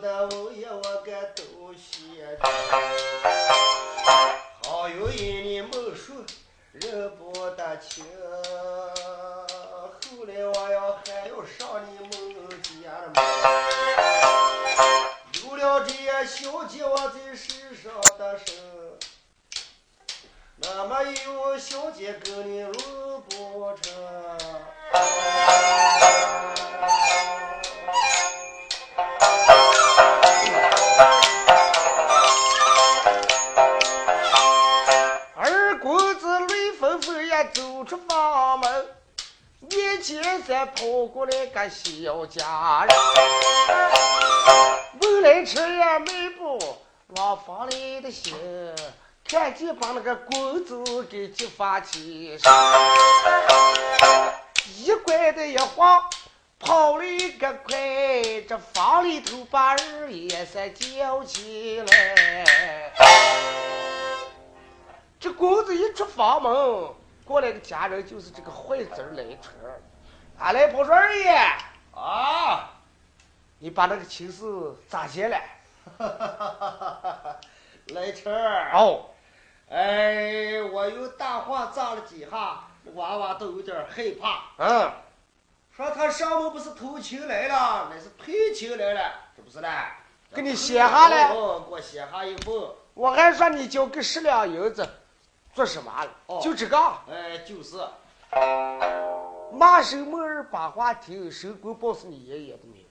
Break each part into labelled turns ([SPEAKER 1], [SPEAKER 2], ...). [SPEAKER 1] 的我也我个都写着。好有一年没说人不得情，后来我要还要上你们家了有了这些小姐，我在世上的生。那么有小姐跟你入不成？二公子雷纷纷也走出房门，面前才跑过来个小家人，问来迟也迈步往房里的行，看见把那个公子给激发起身，一拐的一晃。跑了一个快，这房里头把人也算叫起来。这公子一出房门，过来个家人就是这个坏子儿来春儿。俺来跑说二爷，
[SPEAKER 2] 啊，
[SPEAKER 1] 你把那个情事咋 结了？
[SPEAKER 2] 来晨儿，
[SPEAKER 1] 哦，
[SPEAKER 2] 哎，我又大话炸了几下，娃娃都有点害怕，
[SPEAKER 1] 嗯，
[SPEAKER 2] 说他上门不是偷情来了，那是赔情来了，是不是嘞？
[SPEAKER 1] 给你写下来
[SPEAKER 2] 哦，给我写下一封。
[SPEAKER 1] 我还说你交个十两银子，做什么了？
[SPEAKER 2] 哦
[SPEAKER 1] 就这个，
[SPEAKER 2] 哎，就是，
[SPEAKER 1] 骂声没人把话听，神棍报是你爷爷的名。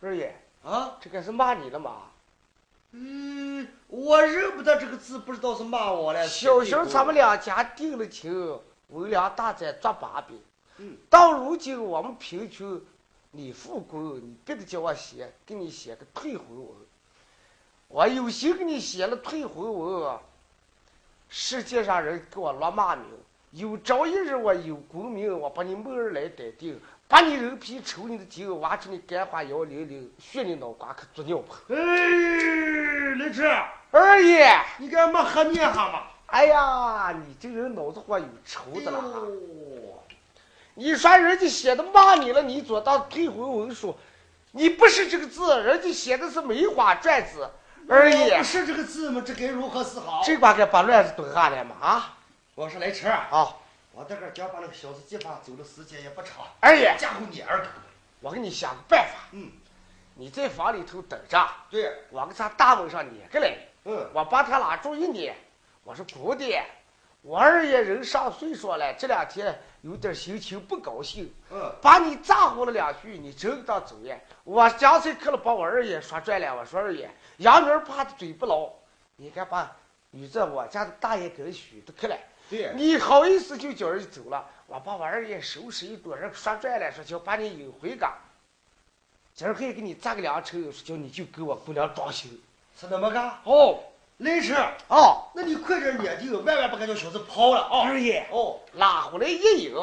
[SPEAKER 1] 二爷，
[SPEAKER 2] 啊，
[SPEAKER 1] 这个是骂你了吗？
[SPEAKER 2] 嗯，我认不得这个字，不知道是骂我了。
[SPEAKER 1] 小时候咱们两家定了亲，为两大在抓把柄。
[SPEAKER 2] 嗯
[SPEAKER 1] 到如今我们贫穷，你富贵，你别的叫我写，给你写个退婚文。我有心给你写了退婚文，世界上人给我落骂名。有朝一日我有功名，我把你没人来逮定，把你人皮抽你的筋，挖出你干花幺零零，血你脑瓜可做尿盆。
[SPEAKER 2] 哎，雷晨，
[SPEAKER 1] 二爷，
[SPEAKER 2] 你干嘛喝面哈嘛？
[SPEAKER 1] 哎呀，你这人脑子瓜有仇的了。
[SPEAKER 2] 哦
[SPEAKER 1] 你说人家写的骂你了，你左当退回文书，你不是这个字，人家写的是《梅花篆子》而已
[SPEAKER 2] 我。不是这个字吗？这该如何是好？
[SPEAKER 1] 这把该把乱子蹲下来嘛啊！
[SPEAKER 2] 我说来迟，
[SPEAKER 1] 好，
[SPEAKER 2] 啊我这个刚把那个小子激发走的时间也不长。
[SPEAKER 1] 二爷，
[SPEAKER 2] 嫁祸你二哥。
[SPEAKER 1] 我给你想个办法，
[SPEAKER 2] 嗯，
[SPEAKER 1] 你在房里头等着，
[SPEAKER 2] 对，
[SPEAKER 1] 我给他大门上撵过来，
[SPEAKER 2] 嗯，
[SPEAKER 1] 我把他拉住一撵，我说姑爹，我二爷人上岁数了，这两天有点心情不高兴，
[SPEAKER 2] 嗯，
[SPEAKER 1] 把你咋呼了两句，你真当走呀？我刚才可了把我二爷说转了，我说二爷，杨明怕的嘴不牢，你看把你这我家的大爷给人许的去了，
[SPEAKER 2] 对，
[SPEAKER 1] 你好意思就叫人走了？我把我二爷收拾一顿，人说转了，说叫把你引回家，今儿可以给你砸个两车，说叫你就给我姑娘装修。
[SPEAKER 2] 是那么干。
[SPEAKER 1] 哦
[SPEAKER 2] 来迟，
[SPEAKER 1] 哦，
[SPEAKER 2] 那你快点撵定，万万不敢叫小子跑了啊！
[SPEAKER 1] 二爷
[SPEAKER 2] 哦，
[SPEAKER 1] 拉回来一引，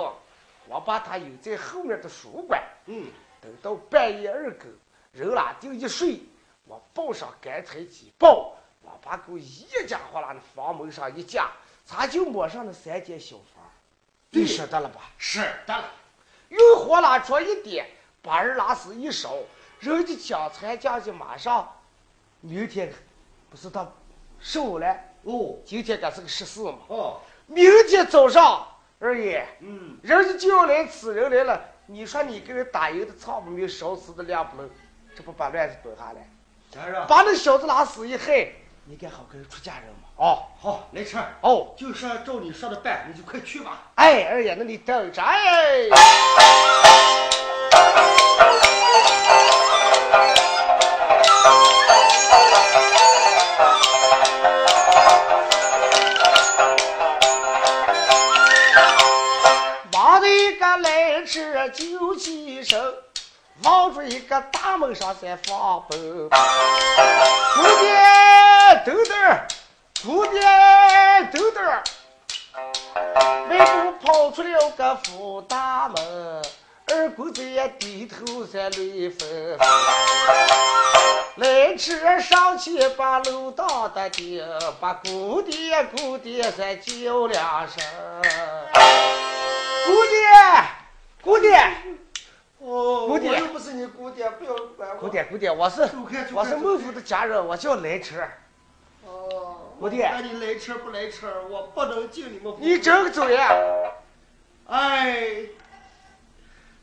[SPEAKER 1] 我把他引在后面的书馆。
[SPEAKER 2] 嗯，
[SPEAKER 1] 等到半夜二更，人拉定一睡，我抱上干柴几抱，我把狗一家伙拉那房门上一架，咱就摸上那三间小房。
[SPEAKER 2] 对
[SPEAKER 1] 你舍得了吧？
[SPEAKER 2] 是得了。
[SPEAKER 1] 用火拉出一点，把人拉死一烧，人家讲才讲就马上，明天不是他瘦了，
[SPEAKER 2] 哦，
[SPEAKER 1] 今天可是个十四嘛，
[SPEAKER 2] 哦，
[SPEAKER 1] 明天早上二爷。
[SPEAKER 2] 嗯，
[SPEAKER 1] 人家就要来此人来了，你说你给人打油的唱不明，烧死的亮不能，这不把乱子蹲下来，
[SPEAKER 2] 咱让
[SPEAKER 1] 把那小子拉死一害，你该好跟人出家人嘛？哦
[SPEAKER 2] 好，来迟，
[SPEAKER 1] 哦，
[SPEAKER 2] 就说照你说的办，你就快去吧。
[SPEAKER 1] 哎二爷，那你等着哎。忙的一个来迟就起身，望住一个大门上在放奔跑。姑爹，等等儿，姑爹，等等儿。迈步跑出了个府大门，二公子也低头在泪纷纷。来迟上去把楼道的顶，把姑爹姑爹再叫两声。姑爹，姑爹，
[SPEAKER 2] 哦，
[SPEAKER 1] 姑爹
[SPEAKER 2] 我又不是你姑爹，不要管我。
[SPEAKER 1] 姑，爹姑爹，我是
[SPEAKER 2] 走开，走开。
[SPEAKER 1] 我是
[SPEAKER 2] 走
[SPEAKER 1] 孟府的家人，我叫来车。
[SPEAKER 2] 开哦，
[SPEAKER 1] 姑爹
[SPEAKER 2] 我管你来车不来车，我不能进你们。
[SPEAKER 1] 你真啊个走呀？
[SPEAKER 2] 哎，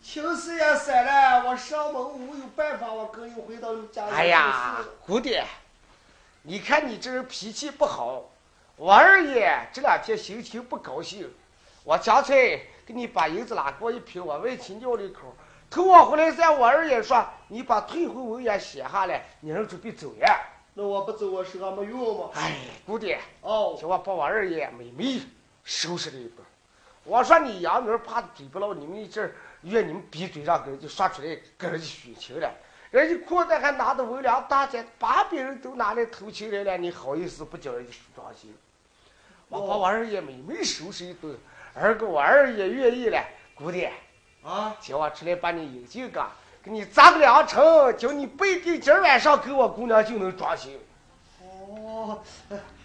[SPEAKER 2] 情丝也散了，我上门我没有办法，我跟你回到家里。
[SPEAKER 1] 哎呀，姑爹，你看你这人脾气不好，我二爷这两天心情不高兴，我干脆给你把银子拿过一瓶，我为其尿了一口。头我回来再，我二爷说你把退回文也写下来，你儿准备走呀？
[SPEAKER 2] 那我不走，我身上没用吗？
[SPEAKER 1] 哎，姑爹，
[SPEAKER 2] 哦，
[SPEAKER 1] 叫我把我二爷妹妹收拾了一顿。我说你杨明怕嘴不牢，你们这儿越你们闭嘴，让给人家说出来，给人家许情了。人家裤子还拿着文良大钱，把别人都拿来偷情来了，你好意思不叫人家舒张心？我把我二爷妹妹收拾一顿，而个我二爷愿意了，姑爹，
[SPEAKER 2] 啊，
[SPEAKER 1] 叫我出来把你引进个，给你砸个两成，叫你不一定今儿晚上给我姑娘就能装心
[SPEAKER 2] 哦，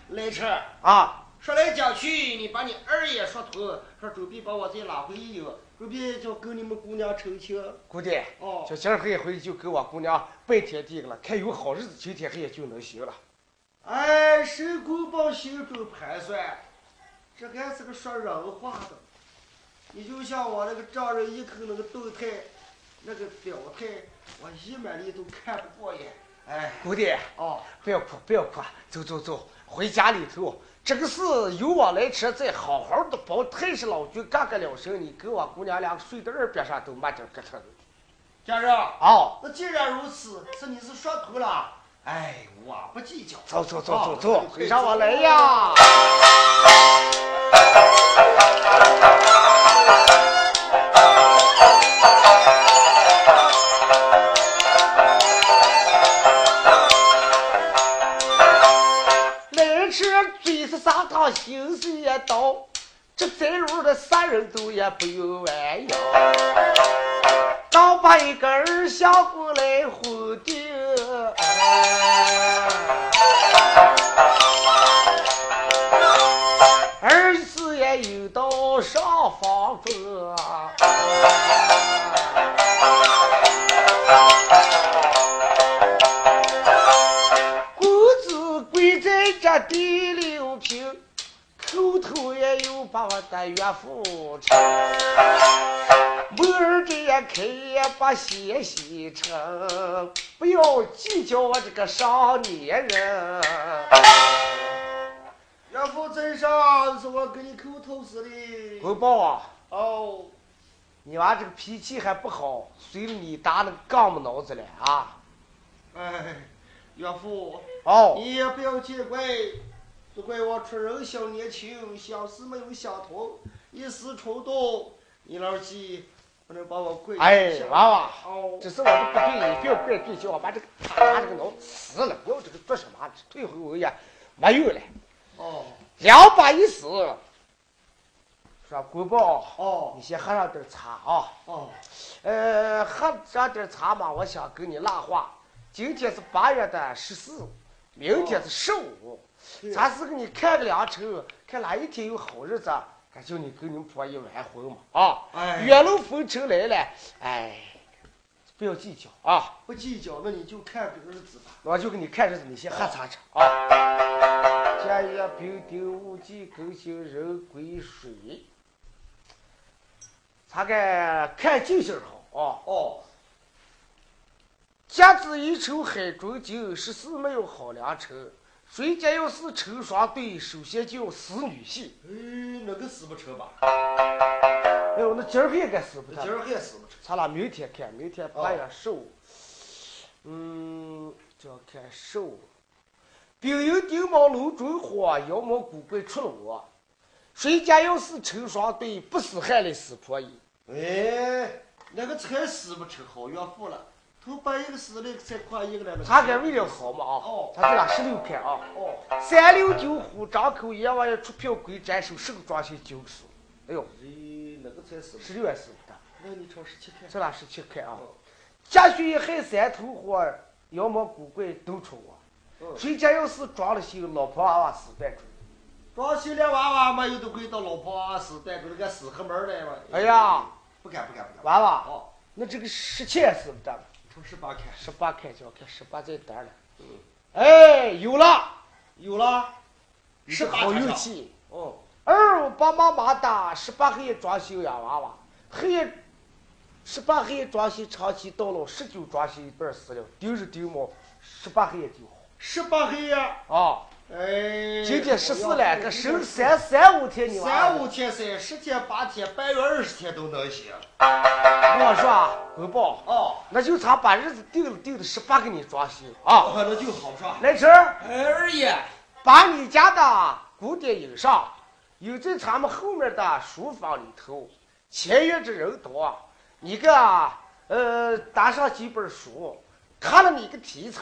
[SPEAKER 2] 来车。
[SPEAKER 1] 啊！
[SPEAKER 2] 说来讲去，你把你二爷说通，说准备把我再拉回营，准备就跟你们姑娘成亲。
[SPEAKER 1] 姑爹，
[SPEAKER 2] 哦
[SPEAKER 1] 就今儿黑回就给我姑娘拜天地了，看有好日子，今天黑也就能行了。
[SPEAKER 2] 哎，神功报心中盘算，这还是个说人话的。你就像我那个丈人一口那个动态，那个表态，我一满里都看不过眼。哎，
[SPEAKER 1] 姑爹，
[SPEAKER 2] 哦，
[SPEAKER 1] 不要哭，不要哭，啊走走走，回家里头。这个事由我来车，再好好的包太师老君干个了生，你跟我姑娘俩睡在二边上都没点儿疙瘩的。
[SPEAKER 2] 家人，
[SPEAKER 1] 哦，
[SPEAKER 2] 那既然如此，这你是说通了。哎，我不计较。
[SPEAKER 1] 走走走走
[SPEAKER 2] 哦
[SPEAKER 1] 走，回上我来呀！来吃嘴是砂糖，心是一刀，这贼路的三人走也不用弯腰。刚把一个儿想过来护定，啊儿子也有到上房中。谷子跪在这第六平，口头也有把我的岳父称。门儿这也开也把鞋洗成，不要计较我这个少年人。
[SPEAKER 2] 岳父真上是我给你口头死的。
[SPEAKER 1] 回报啊，
[SPEAKER 2] 哦。
[SPEAKER 1] 你娃这个脾气还不好，随了你打那个杠木脑子了啊！
[SPEAKER 2] 哎，岳父，
[SPEAKER 1] 哦，
[SPEAKER 2] 你也不要见怪，只怪我出人小年轻，想事没有想通，一时冲动，你老几不能把我跪下。
[SPEAKER 1] 哎，娃娃，
[SPEAKER 2] 哦，
[SPEAKER 1] 这是我的不对，你不要怪对象，我把这个打这个脑死了，不要这个做什么，退回我也没有了，
[SPEAKER 2] 哦
[SPEAKER 1] 两把一死。说国宝，
[SPEAKER 2] 哦
[SPEAKER 1] 你先喝上点茶啊。
[SPEAKER 2] 哦，
[SPEAKER 1] 呃，喝上点茶嘛，我想跟你拉话。今天是八月的十四，明天是十五，
[SPEAKER 2] 是
[SPEAKER 1] 咱是给你看个良辰，看哪一天有好日子，咱就你跟你婆姨完婚嘛啊！
[SPEAKER 2] 哎，
[SPEAKER 1] 月楼风尘来了，哎，不要计较啊！
[SPEAKER 2] 不计较，那你就看个日子吧。
[SPEAKER 1] 我就给你看日子，你先喝茶去啊！家业平定无忌更新人归水，咱该看尽兴好啊！
[SPEAKER 2] 哦，
[SPEAKER 1] 甲子一愁海中酒，十四没有好良辰。谁家要是成双对，首先就要死女婿。
[SPEAKER 2] 哎，那个死不成吧？
[SPEAKER 1] 啊哎呦，那今儿个也该死不
[SPEAKER 2] 那
[SPEAKER 1] 得
[SPEAKER 2] 今。儿还死不成？
[SPEAKER 1] 咱俩明天看，明天八
[SPEAKER 2] 哦
[SPEAKER 1] 月十五。嗯，这要看十五。丙寅丁卯楼中火，妖魔古怪出了我。谁家要是成双对，不死害了死婆姨。
[SPEAKER 2] 哎，那个才死不成好岳父了，头把一个死了，才夸一个来了。
[SPEAKER 1] 他该为了好嘛啊
[SPEAKER 2] 哦，
[SPEAKER 1] 咱给俩十六看啊。
[SPEAKER 2] 哦。
[SPEAKER 1] 三六九虎张口阎王爷出票鬼斩首，十个装修九个死。哎呦，
[SPEAKER 2] 咦，那个才死不成？
[SPEAKER 1] 十六也死不得。
[SPEAKER 2] 那你朝十七看。
[SPEAKER 1] 这俩是去看啊。家学一害三头火，妖魔古怪都出我。
[SPEAKER 2] 嗯
[SPEAKER 1] 谁家要是装了心，老婆娃娃死断出。
[SPEAKER 2] 装修了娃娃嘛，又都归到老婆死带着那个死黑门来嘛。
[SPEAKER 1] 哎呀，
[SPEAKER 2] 不敢不敢不敢！
[SPEAKER 1] 娃娃，
[SPEAKER 2] 哦，
[SPEAKER 1] 那这个十钱是不是这样的？
[SPEAKER 2] 成十八开，
[SPEAKER 1] 十八开就要看十八在单了。
[SPEAKER 2] 嗯
[SPEAKER 1] 哎，有了，
[SPEAKER 2] 有了，
[SPEAKER 1] 是
[SPEAKER 2] 18
[SPEAKER 1] 好
[SPEAKER 2] 开
[SPEAKER 1] 运
[SPEAKER 2] 上
[SPEAKER 1] 气。
[SPEAKER 2] 哦，
[SPEAKER 1] 二帮妈妈打，十八黑装修洋娃娃，黑十八黑装修长期到了，十九装修一段死了，丢是丢么？十八黑就
[SPEAKER 2] 十八黑呀，
[SPEAKER 1] 好啊。
[SPEAKER 2] 哎，
[SPEAKER 1] 今天十四了，这
[SPEAKER 2] 十
[SPEAKER 1] 剩三三五天你娃
[SPEAKER 2] 三五天噻，十天八天，半月二十天都能行。
[SPEAKER 1] 我说啊，回报，
[SPEAKER 2] 哦，
[SPEAKER 1] 那就差把日子定了定了，十八给你装修啊。
[SPEAKER 2] 那就好说。
[SPEAKER 1] 来晨儿，
[SPEAKER 3] 哎二爷，
[SPEAKER 1] 把你家的古典引上，有在咱们后面的书房里头。前院子人多，啊你个呃打上几本书，看了你个题材，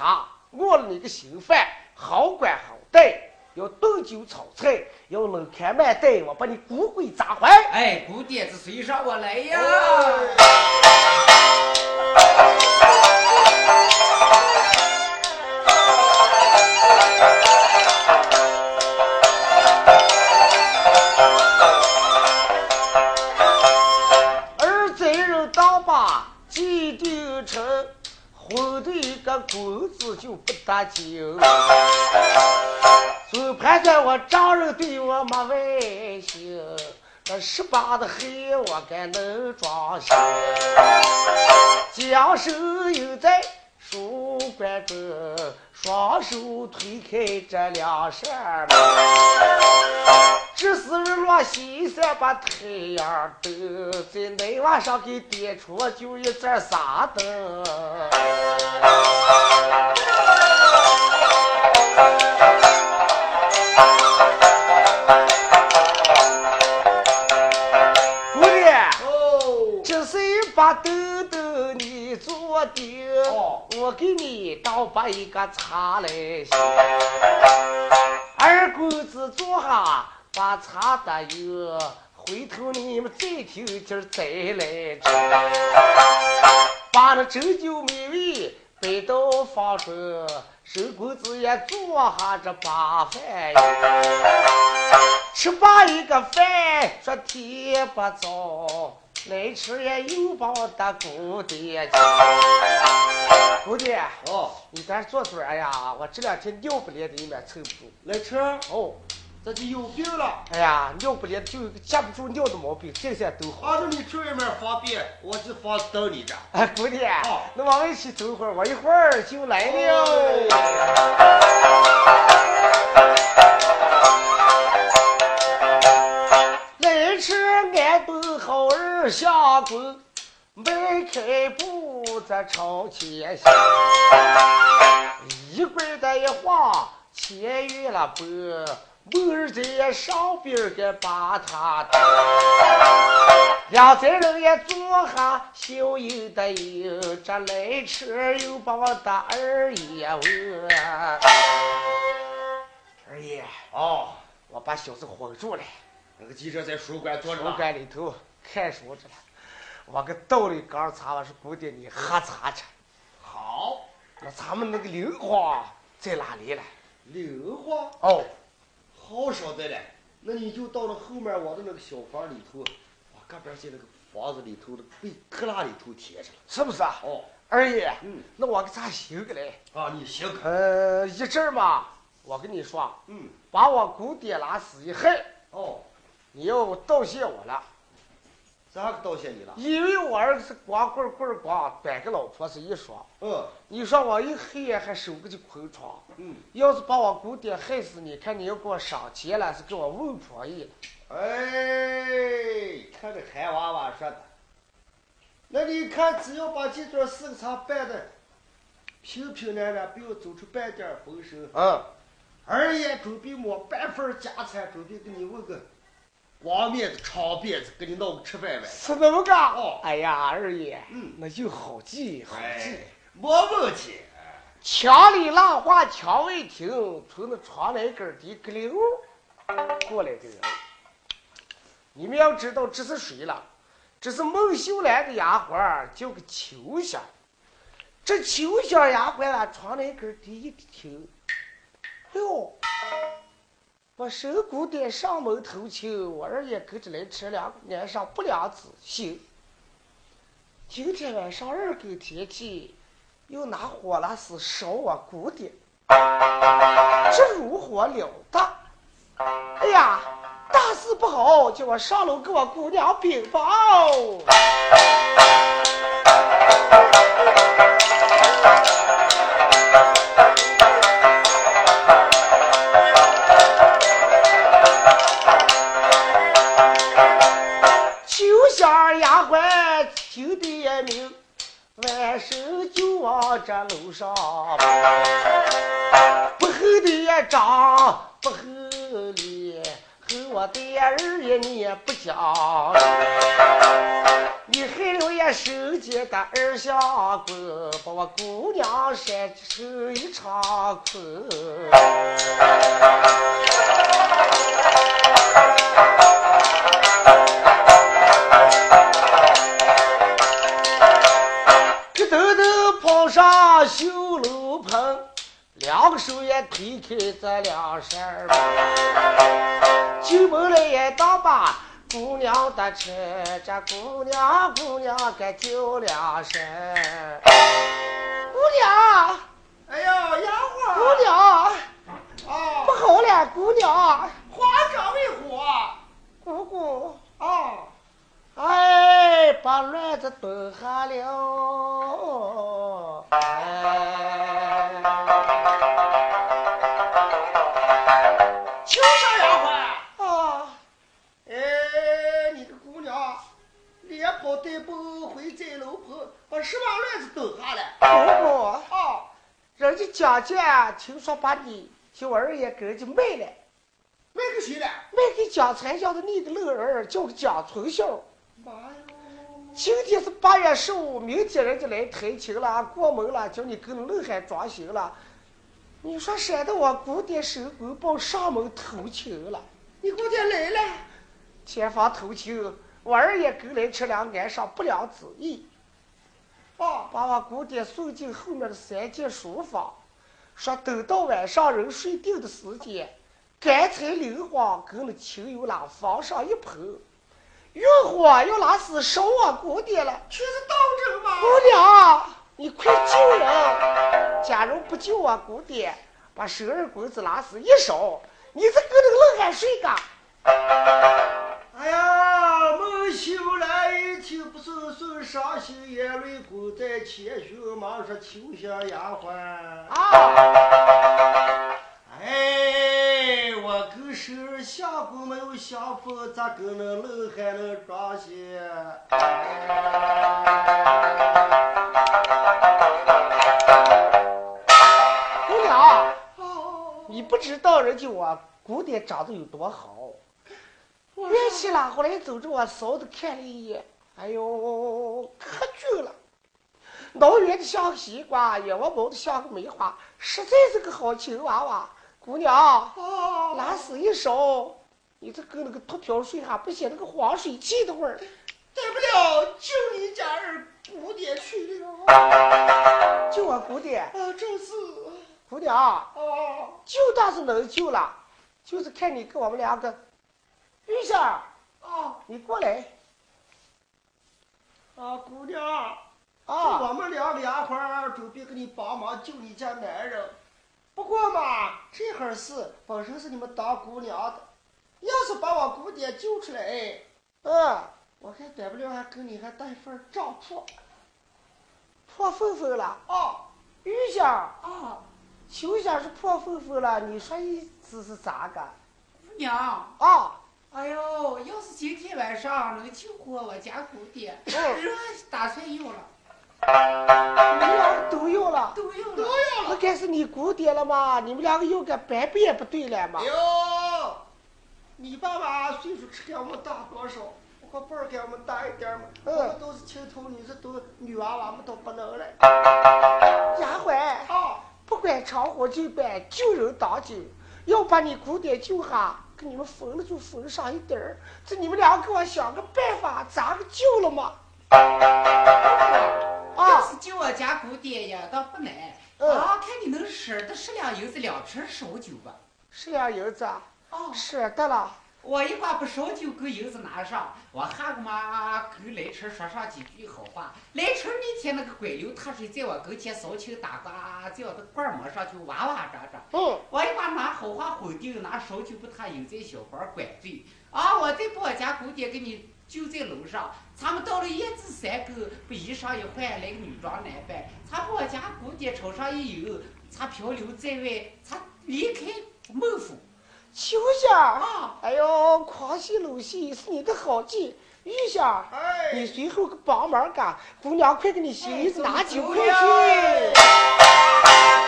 [SPEAKER 1] 饿了你个心饭，好管好带，要炖酒炒菜，要冷开慢带，我把你骨灰砸坏。
[SPEAKER 3] 哎，姑爹子随上我来呀！哦
[SPEAKER 1] 儿贼人当把鸡丢成，混的一个鬼子就不搭救。总盘算我丈人对我没外心，那十八的黑我该能装修。将手又在书馆中，双手推开这两扇门。这时日落西山把太阳灯，在内瓦上给点出就一盏傻灯。姑娘，
[SPEAKER 2] 哦，
[SPEAKER 1] 这是一把豆豆你做的，
[SPEAKER 2] 哦
[SPEAKER 1] 我给你倒把一个茶来行。二公子坐下，把茶打匀，回头你们再听今儿再来吃。把那斟酒美味摆到房中，沈公子也坐下这把饭呀。吃罢一个饭，说天不早，来吃也又把我的姑爹叫。姑爹，
[SPEAKER 2] 哦，
[SPEAKER 1] 你在这坐坐呀？我这两天尿不连的，有点撑不住。
[SPEAKER 2] 来吃。
[SPEAKER 1] 哦，
[SPEAKER 2] 这就有病了。
[SPEAKER 1] 哎呀，尿不连就有个夹不住尿的毛病，这些都好。
[SPEAKER 2] 按照你去外面方便，我就放等你这。
[SPEAKER 1] 哎，姑爹
[SPEAKER 2] 哦，
[SPEAKER 1] 那往外去走会儿，我一会儿就来了。
[SPEAKER 2] 哦，
[SPEAKER 1] 来吃俺都好儿下滚，迈开步子朝前行。一棍子一晃，前越了坡，木儿在上边儿给把他打。两三人也坐下，笑有的有，这来吃又把我的二爷问。二爷，
[SPEAKER 2] 哦，
[SPEAKER 1] 我把小子哄住了。
[SPEAKER 2] 那个记者在书馆坐着
[SPEAKER 1] 书
[SPEAKER 2] 呢。
[SPEAKER 1] 馆里头看书去了，我给倒了一缸茶，我说姑爹你喝茶去。
[SPEAKER 2] 好，
[SPEAKER 1] 那咱们那个灵花在哪里了？
[SPEAKER 2] 刘花
[SPEAKER 1] 哦，
[SPEAKER 2] 好少的嘞。那你就到了后面我的那个小房里头，我隔边进那个房子里头的被旮旯里头贴上了。
[SPEAKER 1] 是不是啊？
[SPEAKER 2] 哦，
[SPEAKER 1] 二爷，
[SPEAKER 2] 嗯，
[SPEAKER 1] 那我给咱行个嘞。
[SPEAKER 2] 啊，你行。
[SPEAKER 1] 呃，一阵儿嘛，我跟你说，
[SPEAKER 2] 嗯，
[SPEAKER 1] 把我姑爹拉死一害，
[SPEAKER 2] 哦，
[SPEAKER 1] 你要道谢我了，
[SPEAKER 2] 咋个道谢你了？
[SPEAKER 1] 因为我儿子光棍棍光，短个老婆是一双。
[SPEAKER 2] 嗯
[SPEAKER 1] 你说我一黑还守个就空窗，
[SPEAKER 2] 嗯，
[SPEAKER 1] 要是把我姑爹害死你，看你要给我赏钱了，是给我问婆姨了。
[SPEAKER 2] 哎，看这韩娃娃说的，那你看，只要把这段四个茶办的平平安安，不要走出半点风声。
[SPEAKER 1] 嗯。
[SPEAKER 2] 二爷准备没半份家产，准备给你问个光面子、长面子，给你闹个吃饭碗。
[SPEAKER 1] 是那么个？
[SPEAKER 2] 哦
[SPEAKER 1] 哎呀，二爷，
[SPEAKER 2] 嗯
[SPEAKER 1] 那就好记好记。
[SPEAKER 2] 哎，没问题。
[SPEAKER 1] 墙里浪花墙外听，从那床来根儿的咯溜过来的人。你们要知道这是谁了，这是孟秀兰的丫鬟儿，叫个秋香。这秋香丫鬟啊，床来根儿的一听，哎呦，我神姑爹上门投亲，我二爷跟着来吃两俺上不良子，行。今天晚上二更天气，又拿火拉丝烧啊我姑爹，这如火了得！哎呀，大事不好，叫我上楼给我姑娘禀报。秋香丫鬟听得也明，弯身就往这楼上跑，不后的也长，不后里，后我的儿也你也不讲，你害了也手接的二相公，把我姑娘扇成一场空。咯噔噔跑上修楼棚，两个手也推开这两扇门，进门来也当把姑娘的车，这姑娘姑娘该叫两声，姑娘
[SPEAKER 2] 哎呀，丫鬟，
[SPEAKER 1] 姑娘
[SPEAKER 2] 啊
[SPEAKER 1] 不，好了，姑娘
[SPEAKER 2] 花长为火
[SPEAKER 1] 姑姑，
[SPEAKER 2] 啊，
[SPEAKER 1] 哎，把乱子蹲下了，哎，
[SPEAKER 2] 秋香丫
[SPEAKER 1] 啊。
[SPEAKER 2] 鬟，哎，你个姑娘，连跑带蹦回在楼棚，把十八乱子抖下来
[SPEAKER 1] 姑姑，
[SPEAKER 2] 啊，
[SPEAKER 1] 人家蒋家听说把你小儿也给人家卖了，
[SPEAKER 2] 卖给谁了？
[SPEAKER 1] 卖给蒋才家的那个乐人，叫个蒋存孝。
[SPEAKER 2] 妈哟！
[SPEAKER 1] 今天是八月十五，明天人家来抬亲了，过门了，叫你跟楼海装修了。你说闪得我姑爹手工报上门偷情了，
[SPEAKER 2] 你姑爹来了，
[SPEAKER 1] 前方偷情，我儿也跟来吃两安上不良主意。
[SPEAKER 2] 啊，
[SPEAKER 1] 把我姑爹送进后面的三间书房，说等到晚上人睡定的时间，干柴灵火跟了亲友俩放上一盆，用火要拉死烧我姑爹了。
[SPEAKER 2] 全是当真吗
[SPEAKER 1] 姑？娘，你快救人！假如不救我姑爹，把十二公子拉死一烧，你这搁那个冷汗水干？
[SPEAKER 2] 哎呀，孟秀兰一听不顺顺，伤心眼泪滚在前胸，忙说秋香丫鬟。
[SPEAKER 1] 啊，
[SPEAKER 2] 哎，我可是相公没有相逢，咋个能楼还能装些？
[SPEAKER 1] 姑娘，
[SPEAKER 2] 哦，
[SPEAKER 1] 你不知道人家我姑爹长得有多好。
[SPEAKER 2] 我
[SPEAKER 1] 运气了，后来走着我嫂子看了一眼，哎呦，可俊了，脑圆的像个西瓜，眼窝毛的像个梅花，实在是个好情娃娃。姑娘，
[SPEAKER 2] 哦，
[SPEAKER 1] 拉死一勺，你这跟那个脱瓢水还不显那个黄水气的味儿？
[SPEAKER 2] 对不了，就你家二姑爹去了。
[SPEAKER 1] 救我姑爹，
[SPEAKER 2] 啊，这是
[SPEAKER 1] 姑娘，
[SPEAKER 2] 啊，
[SPEAKER 1] 救倒是能救了，就是看你跟我们两个，玉仙儿，
[SPEAKER 2] 啊
[SPEAKER 1] 你过来
[SPEAKER 2] 啊，姑娘。
[SPEAKER 1] 啊！
[SPEAKER 2] 我们俩俩块儿准备给你帮忙救你家男人。不过嘛，这会儿事本身是你们当姑娘的，要是把我姑爹救出来，
[SPEAKER 1] 嗯，
[SPEAKER 2] 我还短不了还给你还带份账铺。
[SPEAKER 1] 破缝缝了，
[SPEAKER 2] 啊
[SPEAKER 1] 玉仙儿。
[SPEAKER 3] 哦
[SPEAKER 2] 啊，
[SPEAKER 1] 秋香是破缝缝了，你说意思是咋个？
[SPEAKER 3] 姑娘，
[SPEAKER 1] 啊，
[SPEAKER 3] 哎呦，要是今天晚上能救活我家姑爹，
[SPEAKER 1] 嗯
[SPEAKER 3] 人打算要了，
[SPEAKER 1] 你们两个都要了，
[SPEAKER 3] 都要
[SPEAKER 2] 都
[SPEAKER 3] 了。
[SPEAKER 2] 要
[SPEAKER 1] 那
[SPEAKER 2] 了。
[SPEAKER 1] 该是你姑爹了吗？你们两个要个白白也不对了嘛
[SPEAKER 2] 哎。呦，你爸爸岁数只给我们大多少？我和辈儿给我们大一点嘛。
[SPEAKER 1] 嗯
[SPEAKER 2] 我们都是青头女，这都女娃娃们都不能了。
[SPEAKER 1] 丫鬟，
[SPEAKER 2] 啊，
[SPEAKER 1] 不管长活久短，救人当救，要把你姑爹救下，给你们分了就分上一点儿。这你们俩给我想个办法，咋个救了嘛？
[SPEAKER 3] 要
[SPEAKER 1] 啊，
[SPEAKER 3] 是救我家姑爹呀，倒不难。
[SPEAKER 1] 嗯
[SPEAKER 3] 啊，看你能舍得十两银子两瓶烧酒吧。
[SPEAKER 1] 是两银子啊，
[SPEAKER 3] 哦，
[SPEAKER 1] 舍得了。
[SPEAKER 3] 我一把不烧酒给银子拿上，我喊个妈跟来晨说上几句好话。来晨那天那个拐溜踏水，在我跟前扫清打瓜，在我的罐馍上就哇哇喳喳。
[SPEAKER 1] 嗯，
[SPEAKER 3] 我一把拿好话混定，拿烧酒把他引在小花拐醉。啊，我在我家姑爹给你就在楼上，咱们到了一至三更，把衣裳一换，来个女装男扮。咱把我家姑爹朝上一游，咱漂流在外，咱离开孟府
[SPEAKER 1] 秋霞，
[SPEAKER 3] 啊。
[SPEAKER 1] 哎呦，狂喜鲁戏是你的好计，玉霞。
[SPEAKER 2] 哎，
[SPEAKER 1] 你随后帮忙干，姑娘快给你洗衣子拿酒，快去！
[SPEAKER 2] 去！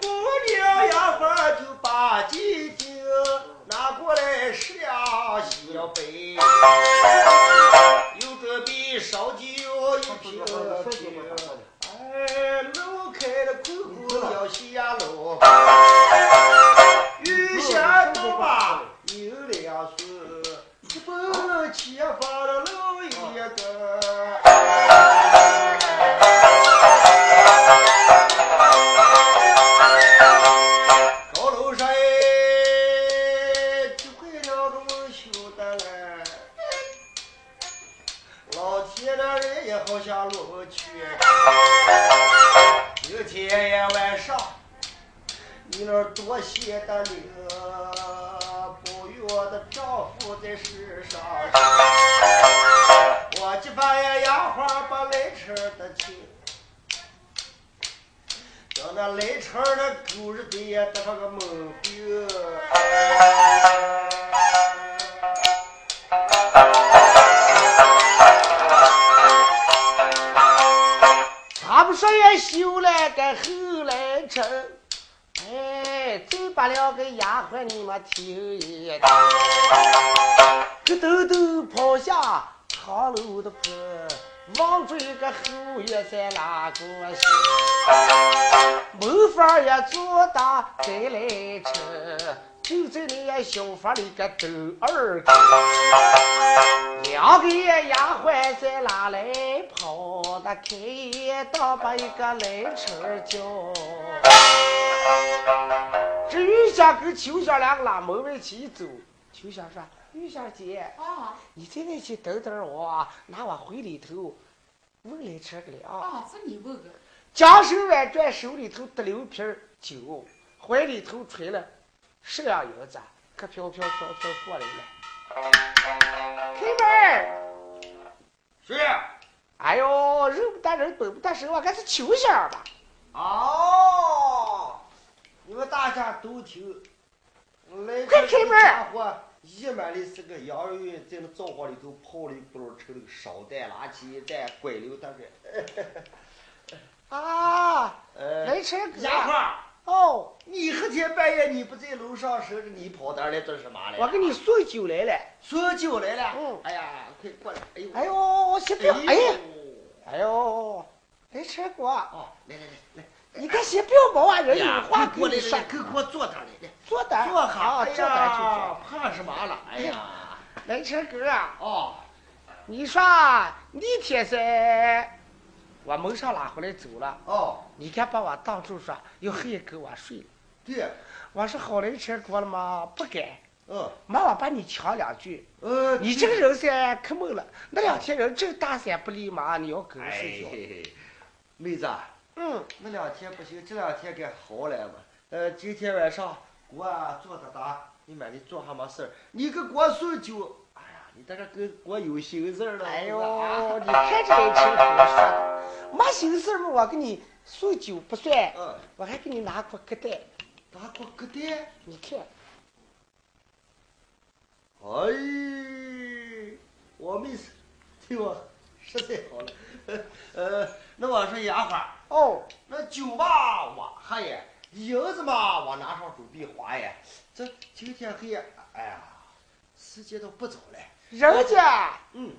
[SPEAKER 2] 姑娘呀，我就把鸡精拿过来是呀，小杯，又准备烧酒一瓶瓶。哎，路开了苦苦要下楼，雨下到吧，有两次，一蹦起发了楼一个。高楼上哎，就快了个蒙羞的嘞，老天的人也好像落去。今天夜晚上，你那多谢的领，保佑我的丈夫在世上。我这把呀牙花把来吃的亲，等那来吃的狗日的呀得上个猛病。
[SPEAKER 1] 他们说也修了个后来成，哎，这把两个丫鬟你们听一听，这兜兜跑下堂楼的坡，望住一个后院在拉过去，门房也做大再来吃，就在那小房里个周二更。两个丫鬟在哪来跑？那开一当把一个来车叫。这玉香跟秋香两个拉门外去一走，秋香说：“玉香姐，
[SPEAKER 3] 啊
[SPEAKER 1] 你在那去等等我啊，拿我回里头问来车个了啊。
[SPEAKER 3] 啊，这你问个。”
[SPEAKER 1] 将手腕转，手里头得六瓶儿酒，怀里头揣了十两银子，可飘飘飘飘过来了。开门儿。
[SPEAKER 2] 是，
[SPEAKER 1] 哎呦，人不但人，本不但神，我该是求仙儿吧？
[SPEAKER 2] 哦，你们大家都听，来
[SPEAKER 1] 快开门啊
[SPEAKER 2] 家伙一满的是个洋人，在那灶火里头泡了一锅成了个烧蛋、垃圾蛋、拐溜蛋饼。
[SPEAKER 1] 啊，
[SPEAKER 2] 呃，
[SPEAKER 1] 雷晨哥，
[SPEAKER 2] 丫花，
[SPEAKER 1] 哦，
[SPEAKER 2] 你黑天半夜你不在楼上时，你跑哪儿来做什么来？
[SPEAKER 1] 我给你送酒来了。
[SPEAKER 2] 送酒来了。
[SPEAKER 1] 嗯
[SPEAKER 2] 哎呀，快过来！哎呦，
[SPEAKER 1] 哎呦，媳妇儿，
[SPEAKER 2] 哎
[SPEAKER 1] 哎呀
[SPEAKER 2] 呦，，
[SPEAKER 1] 哎呦，雷晨哥，
[SPEAKER 2] 哦，来来来来，
[SPEAKER 1] 你看先不要忙啊，
[SPEAKER 2] 哎
[SPEAKER 1] 人
[SPEAKER 2] 呀
[SPEAKER 1] 有
[SPEAKER 2] 快
[SPEAKER 1] 话跟
[SPEAKER 2] 过来
[SPEAKER 1] 你说
[SPEAKER 2] 来，，快给我坐这儿来来。
[SPEAKER 1] 坐的，
[SPEAKER 2] 坐
[SPEAKER 1] 啊，
[SPEAKER 2] 好，
[SPEAKER 1] 坐
[SPEAKER 2] 哎
[SPEAKER 1] 的
[SPEAKER 2] 呀，怕什么了？哎呀，
[SPEAKER 1] 就是。雷晨哥，啊
[SPEAKER 2] 哦，
[SPEAKER 1] 你说你天生，我蒙上拉回来走了，
[SPEAKER 2] 哦，
[SPEAKER 1] 你看把我当住说要黑夜给我睡了，
[SPEAKER 2] 对，
[SPEAKER 1] 我说好雷晨哥了吗？不敢，
[SPEAKER 2] 嗯，
[SPEAKER 1] 妈我把你抢两句。
[SPEAKER 2] 呃，
[SPEAKER 1] 你这个人噻，可猛了。那两天人正大三不离嘛，你要跟着睡觉。
[SPEAKER 2] 哎，妹子，
[SPEAKER 1] 嗯，
[SPEAKER 2] 那两天不行，这两天该好了嘛。呃，今天晚上啊给我做的答，你买的做什么事儿？你给我送酒，哎呀，你在这跟我有心事儿了。
[SPEAKER 1] 哎
[SPEAKER 2] 妹子啊
[SPEAKER 1] 呦，你看这人挺合适的，没心事儿嘛，我给你送酒不算，
[SPEAKER 2] 嗯，
[SPEAKER 1] 我还给你拿过疙瘩，
[SPEAKER 2] 打过疙瘩。
[SPEAKER 1] 你看，
[SPEAKER 2] 哎，我妹子，对我实在好了。呃，那我说牙花。
[SPEAKER 1] 哦，
[SPEAKER 2] 那酒吧我喝呀，银子嘛我拿上准备花呀。这今天黑呀，哎呀，时间都不早了。
[SPEAKER 1] 人家
[SPEAKER 2] 嗯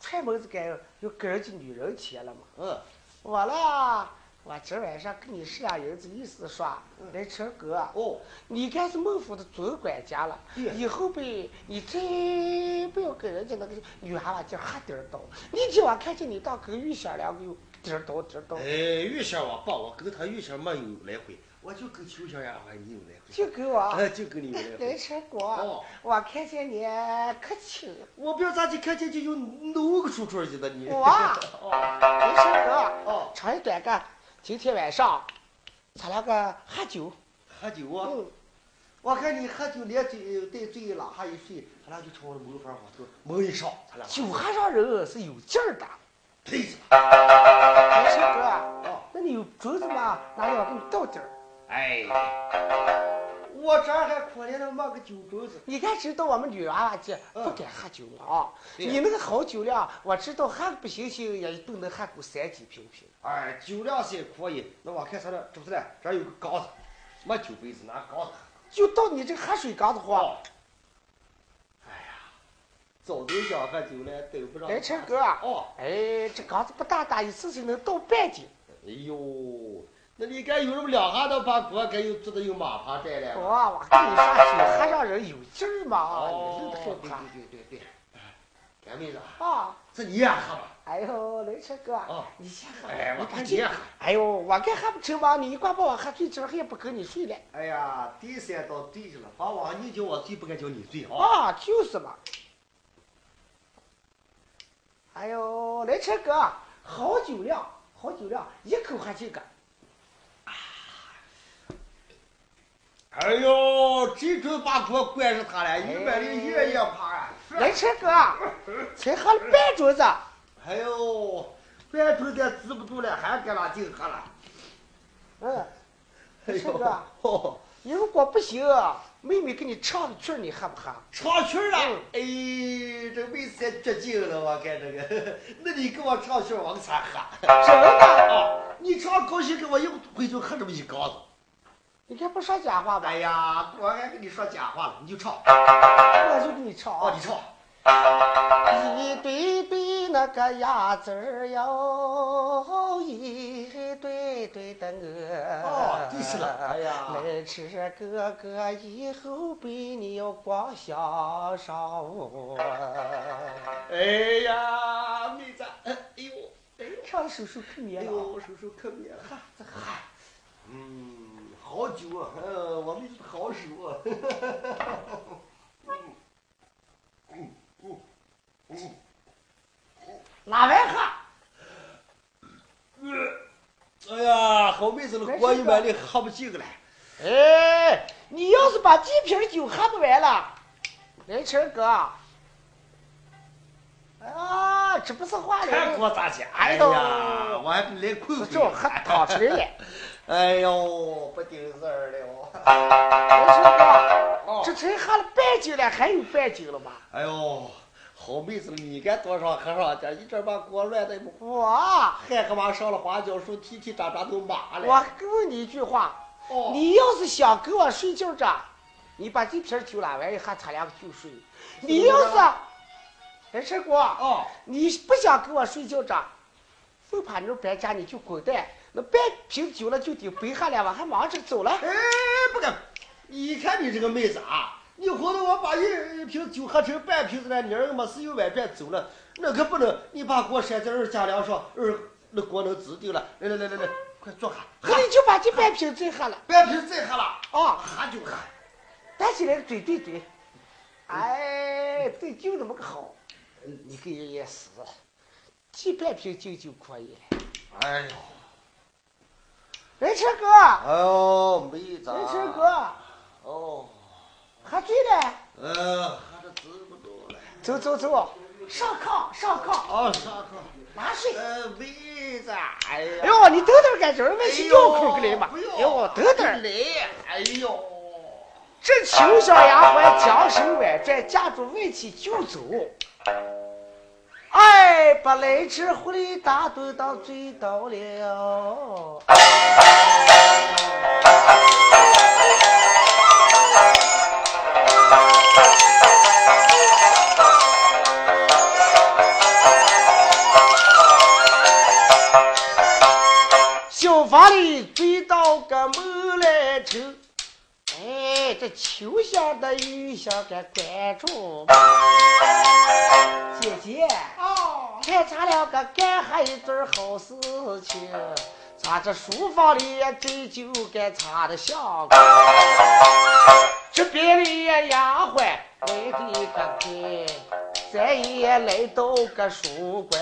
[SPEAKER 1] 踹门子干要跟人家女人钱了嘛，
[SPEAKER 2] 嗯，
[SPEAKER 1] 我啦我今晚上跟你是俩人子意思说，嗯来吃哥，
[SPEAKER 2] 哦，
[SPEAKER 1] 你该是孟府的总管家了，
[SPEAKER 2] 对
[SPEAKER 1] 以后呗，你真不要跟人家那个女娃娃叫哈点儿叨，你今晚看见你当狗玉仙两个有点儿叨点儿叨，
[SPEAKER 2] 哎，玉仙我爸，我跟他玉仙没有来回，我就跟秋香丫鬟你有来回，
[SPEAKER 1] 就给我
[SPEAKER 2] 哎，就跟你有来
[SPEAKER 1] 来
[SPEAKER 2] 回。
[SPEAKER 1] 吃哥，
[SPEAKER 2] 哦
[SPEAKER 1] 我看见你可亲了。
[SPEAKER 2] 我不要咋就看见就有弄个出出去的你。
[SPEAKER 1] 我啊
[SPEAKER 2] 哦
[SPEAKER 1] 没事 哥，
[SPEAKER 2] 哦，
[SPEAKER 1] 长一短个，今天晚上咱两个喝酒。
[SPEAKER 2] 喝酒啊！
[SPEAKER 1] 嗯，
[SPEAKER 2] 我看你喝酒连醉带醉了，还一睡，咱俩就朝我的门房往头门一上，咱俩
[SPEAKER 1] 酒喝上人是有劲儿的。
[SPEAKER 2] 呸死哦
[SPEAKER 1] 没事哥，
[SPEAKER 2] 啊！
[SPEAKER 1] 那你有竹子吗？拿来我给你倒点儿。
[SPEAKER 3] 哎，
[SPEAKER 2] 我这儿还可怜的没个酒盅子，
[SPEAKER 1] 你该知道我们女娃娃姐
[SPEAKER 2] 嗯
[SPEAKER 1] 不敢喝酒了啊。
[SPEAKER 2] 对
[SPEAKER 1] 你那个好酒量，我知道喝个不行行也一顿能喝够三几瓶瓶。
[SPEAKER 2] 哎，酒量是可以。那我看咱这这不是嘞，这儿有个缸子，没酒杯子，拿缸子。
[SPEAKER 1] 就到你这喝水缸子话，
[SPEAKER 2] 哇！哎呀，早就想喝酒了，等不上。
[SPEAKER 1] 来吃哥。
[SPEAKER 2] 哦，
[SPEAKER 1] 哎，这缸子不大大，一次性能倒半斤。
[SPEAKER 2] 哎呦，那你该有什么两下都把锅该有做的有马爬带了。
[SPEAKER 1] 我我跟你说，酒喝上人有劲儿嘛，
[SPEAKER 2] 哦
[SPEAKER 1] 你这
[SPEAKER 2] 对
[SPEAKER 1] 个怕
[SPEAKER 2] 对对对对。干妹子，
[SPEAKER 1] 啊。
[SPEAKER 2] 这你也喝吧？
[SPEAKER 1] 哎呦，雷车哥，
[SPEAKER 2] 哦
[SPEAKER 1] 你先喝吧，
[SPEAKER 2] 哎，我
[SPEAKER 1] 你赶
[SPEAKER 2] 看你也
[SPEAKER 1] 紧。
[SPEAKER 2] 喝。
[SPEAKER 1] 哎呦，我该还不成吗？你一光把我喝醉，今儿还不跟你睡了
[SPEAKER 2] 哎呀，第三道对着了，把我你叫我醉，不该叫你醉啊！
[SPEAKER 1] 啊？就是嘛。哎呦，雷车哥，好酒量，好酒量，一口喝这个。
[SPEAKER 2] 哎呦，这顿把锅惯着他了，
[SPEAKER 1] 哎
[SPEAKER 2] 一百零一人也怕啊！
[SPEAKER 1] 雷车哥，才喝了半桌子，
[SPEAKER 2] 哎呦，半头的止不住了，还给他净喝了。
[SPEAKER 1] 嗯，
[SPEAKER 2] 哎
[SPEAKER 1] 是
[SPEAKER 2] 呦
[SPEAKER 1] 的，
[SPEAKER 2] 哦，
[SPEAKER 1] 你如果不行，妹妹给你唱的曲儿，你喝不喝？
[SPEAKER 2] 唱曲儿了。哎，这妹子还绝劲了，我看这个。 那你给我唱曲儿，我给咱 喝。
[SPEAKER 1] 真的？
[SPEAKER 2] 啊，你唱高兴，给我一回就喝这么一缸子。
[SPEAKER 1] 你看不说假话吧？
[SPEAKER 2] 哎呀，我还跟你说假话了，你就唱。
[SPEAKER 1] 我就给你唱啊
[SPEAKER 2] 哦，。你唱。
[SPEAKER 1] 一对对那个鸭子儿哟，一对对的鹅。
[SPEAKER 2] 哦，对是了。哎呀，
[SPEAKER 1] 来吃哥哥，以后被你要光想上我。啊
[SPEAKER 2] 哎呀，妹子，哎呦，哎呦。
[SPEAKER 1] 唱的手手可
[SPEAKER 2] 哎
[SPEAKER 1] 绵了
[SPEAKER 2] 呦，叔叔可别了，哈，这嗨，嗯，好酒啊，呃，我们好手啊，
[SPEAKER 1] 哪位哈？
[SPEAKER 2] 哎呀，好妹子了，
[SPEAKER 1] 没事
[SPEAKER 2] 锅一碗里喝不进了，
[SPEAKER 1] 哎，你要是把这瓶酒喝不完了，来吃哥。啊，这不是话
[SPEAKER 2] 看
[SPEAKER 1] 了，
[SPEAKER 2] 锅咋讲？
[SPEAKER 1] 哎
[SPEAKER 2] 哎
[SPEAKER 1] 呦
[SPEAKER 2] 呀，我还来困
[SPEAKER 1] 是
[SPEAKER 2] 回
[SPEAKER 1] 这我喝淌出来了。
[SPEAKER 2] 哎呦，不顶事儿了，
[SPEAKER 1] 没事哥，
[SPEAKER 2] 哦
[SPEAKER 1] 这，才喝了半斤了，还有半斤了吧？
[SPEAKER 2] 哎呦，好妹子，你该多少喝上点，一阵把锅乱的，
[SPEAKER 1] 我
[SPEAKER 2] 还他妈上了花椒树，踢踢喳喳都麻了。
[SPEAKER 1] 哦我问你一句话，
[SPEAKER 2] 哦，
[SPEAKER 1] 你要是想跟我睡觉着，你把这瓶酒拿完一喝，咱俩就睡。你要是， 哎，陈哥，
[SPEAKER 2] 哦，
[SPEAKER 1] 你不想跟我睡觉着，非把你搬家你就滚蛋。那半瓶酒了就得背下来，我还忙着走了。
[SPEAKER 2] 哎，不敢！你看你这个妹子啊，你回头我把一瓶酒喝成半瓶子了，你儿没事又外边走了，那可不能！你把锅甩在二家梁上，二那锅能指定了。来来来来来，快坐下，喝
[SPEAKER 1] 你就把这半瓶再喝了
[SPEAKER 2] 半瓶再喝了，
[SPEAKER 1] 啊！
[SPEAKER 2] 喝就喝。
[SPEAKER 1] 端起来嘴对嘴，哎，对，就那么个好。你给人也死，这半瓶酒就可以了。
[SPEAKER 2] 哎呦，
[SPEAKER 1] 人车哥，
[SPEAKER 2] 哎呦，妹子，
[SPEAKER 1] 人车，哥，
[SPEAKER 2] 哦，
[SPEAKER 1] 喝醉了，
[SPEAKER 2] 呃，喝的止不住了。
[SPEAKER 1] 走走走，上炕上炕，
[SPEAKER 2] 哦，上课。
[SPEAKER 1] 拿水。
[SPEAKER 2] 呃，妹子，哎呀，
[SPEAKER 1] 哎呦，你等等干什么？去尿裤给来嘛。
[SPEAKER 2] 哎
[SPEAKER 1] 哎
[SPEAKER 2] 呦
[SPEAKER 1] 呦，等等，
[SPEAKER 2] 来，哎呦，
[SPEAKER 1] 这秋小丫鬟将手挽拽，架住外起就走。哎，把来吃狐狸打盹当醉倒了。小房球，哎，这球下的雨下该关注。姐姐，
[SPEAKER 3] 哦，
[SPEAKER 1] 看咱两个干哈一对儿好事情，咱这书房里呀这就该擦的香菇，这边里呀丫鬟来给个陪，咱也来到个书馆，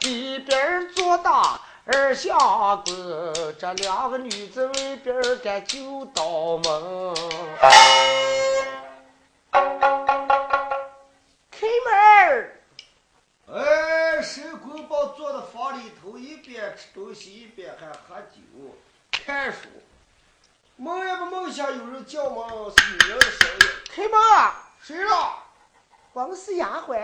[SPEAKER 1] 一边儿坐大。二相公，这两个女子为边儿干就倒门。开门儿！
[SPEAKER 2] 哎，神棍宝坐到房里头，一边吃东西一边还喝酒、看书，梦也不梦想有人叫门，是女人的声音。
[SPEAKER 1] 开门啊！
[SPEAKER 2] 谁了？
[SPEAKER 1] 我们是丫鬟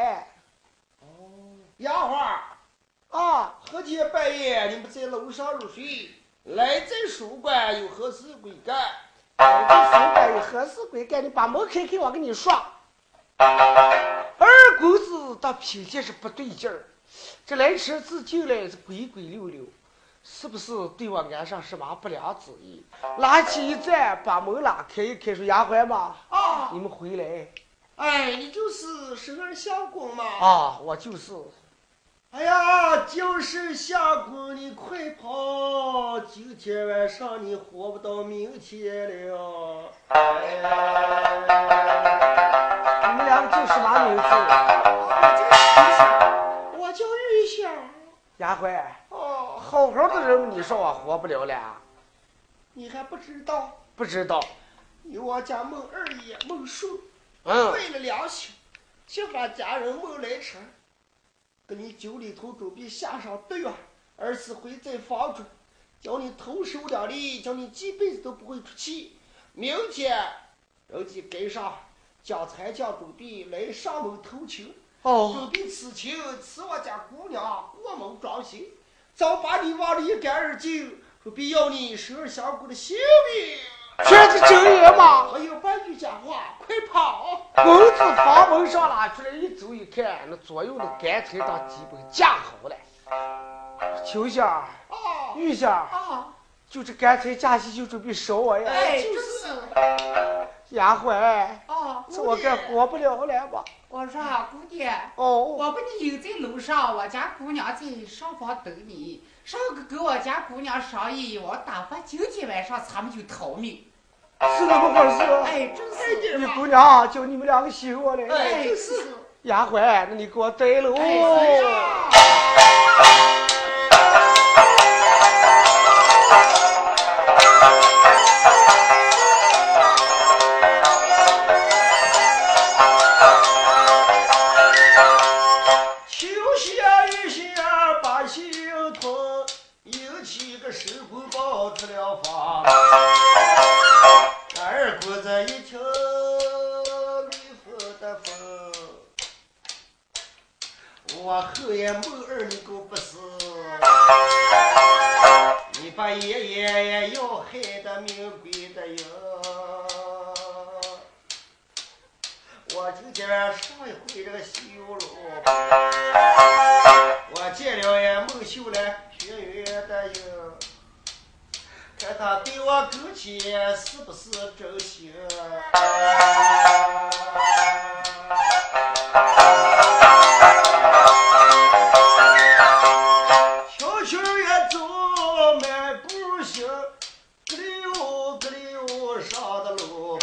[SPEAKER 2] 丫鬟，
[SPEAKER 1] 啊，
[SPEAKER 2] 何天半夜你们在楼上入睡，来在书馆有何事鬼干？
[SPEAKER 1] 我这手感有何事鬼干？你把门开开，我跟你说。二公子他脾气是不对劲儿，这来迟自进来是鬼鬼溜溜，是不是对我安上什么不良主意？拿起一站，把门拉开一开，说丫鬟嘛，
[SPEAKER 2] 啊，
[SPEAKER 1] 你们回来
[SPEAKER 2] 哎，你就是十二相公嘛？
[SPEAKER 1] 啊，我就是。
[SPEAKER 2] 哎呀，就是相公，你快跑！今天晚上你活不到明天了。
[SPEAKER 1] 你们两个叫什么名字？
[SPEAKER 2] 我叫玉香。
[SPEAKER 1] 丫鬟，
[SPEAKER 2] 哦，
[SPEAKER 1] 好好的人，你说我活不了了？
[SPEAKER 2] 你还不知道，
[SPEAKER 1] 不知道。
[SPEAKER 2] 有我家孟二爷孟叔
[SPEAKER 1] 嗯，
[SPEAKER 2] 为了良心，就把家人孟来成跟你酒里头准备下上对碗，二次回在房中，叫你投手两粒，叫你这辈子都不会出气。明天人家跟上，将才将准备来上门投亲。
[SPEAKER 1] 哦。
[SPEAKER 2] 准备此情，此我家姑娘过门装修，早把你忘得一干二净，准备要你十二香菇的性命。
[SPEAKER 1] 全是真人
[SPEAKER 3] 啊
[SPEAKER 1] 吗？
[SPEAKER 2] 还有半句假话，快跑！
[SPEAKER 1] 公子房门上拉出来一走一看，那左右的干柴当基本架好了。秋香儿、
[SPEAKER 2] 啊
[SPEAKER 1] 玉香儿，
[SPEAKER 3] 哦
[SPEAKER 2] 啊！
[SPEAKER 1] 就这干柴架起就准备烧我呀！
[SPEAKER 2] 哎，就是
[SPEAKER 1] 丫鬟，
[SPEAKER 3] 哦，
[SPEAKER 1] 这我该活不了了吧？
[SPEAKER 3] 我说啊姑爹，
[SPEAKER 1] 哦，
[SPEAKER 3] 我把你引在楼上，我家姑娘在上房等你。上个跟我家姑娘商议，我打发今天晚上咱们就逃命。
[SPEAKER 1] 是那么回事。
[SPEAKER 3] 哎，真是，
[SPEAKER 1] 你姑娘叫你们两个醒我来。
[SPEAKER 2] 哎，
[SPEAKER 3] 哎，
[SPEAKER 2] 就是
[SPEAKER 3] 是，
[SPEAKER 1] 丫鬟，那你给我哦带喽。
[SPEAKER 3] 哎呀。
[SPEAKER 2] 秋下雨下把心疼，引起个石棍爆出了房。二姑子一听雷锋的风，我后爷孟二你够不是，你把爷爷也要害得命归的哟。我今天上一回这个西游路。我见了也孟秀兰学员的影，看他对我勾起是不是真心？悄悄也走，慢步行，咯溜咯溜上的楼。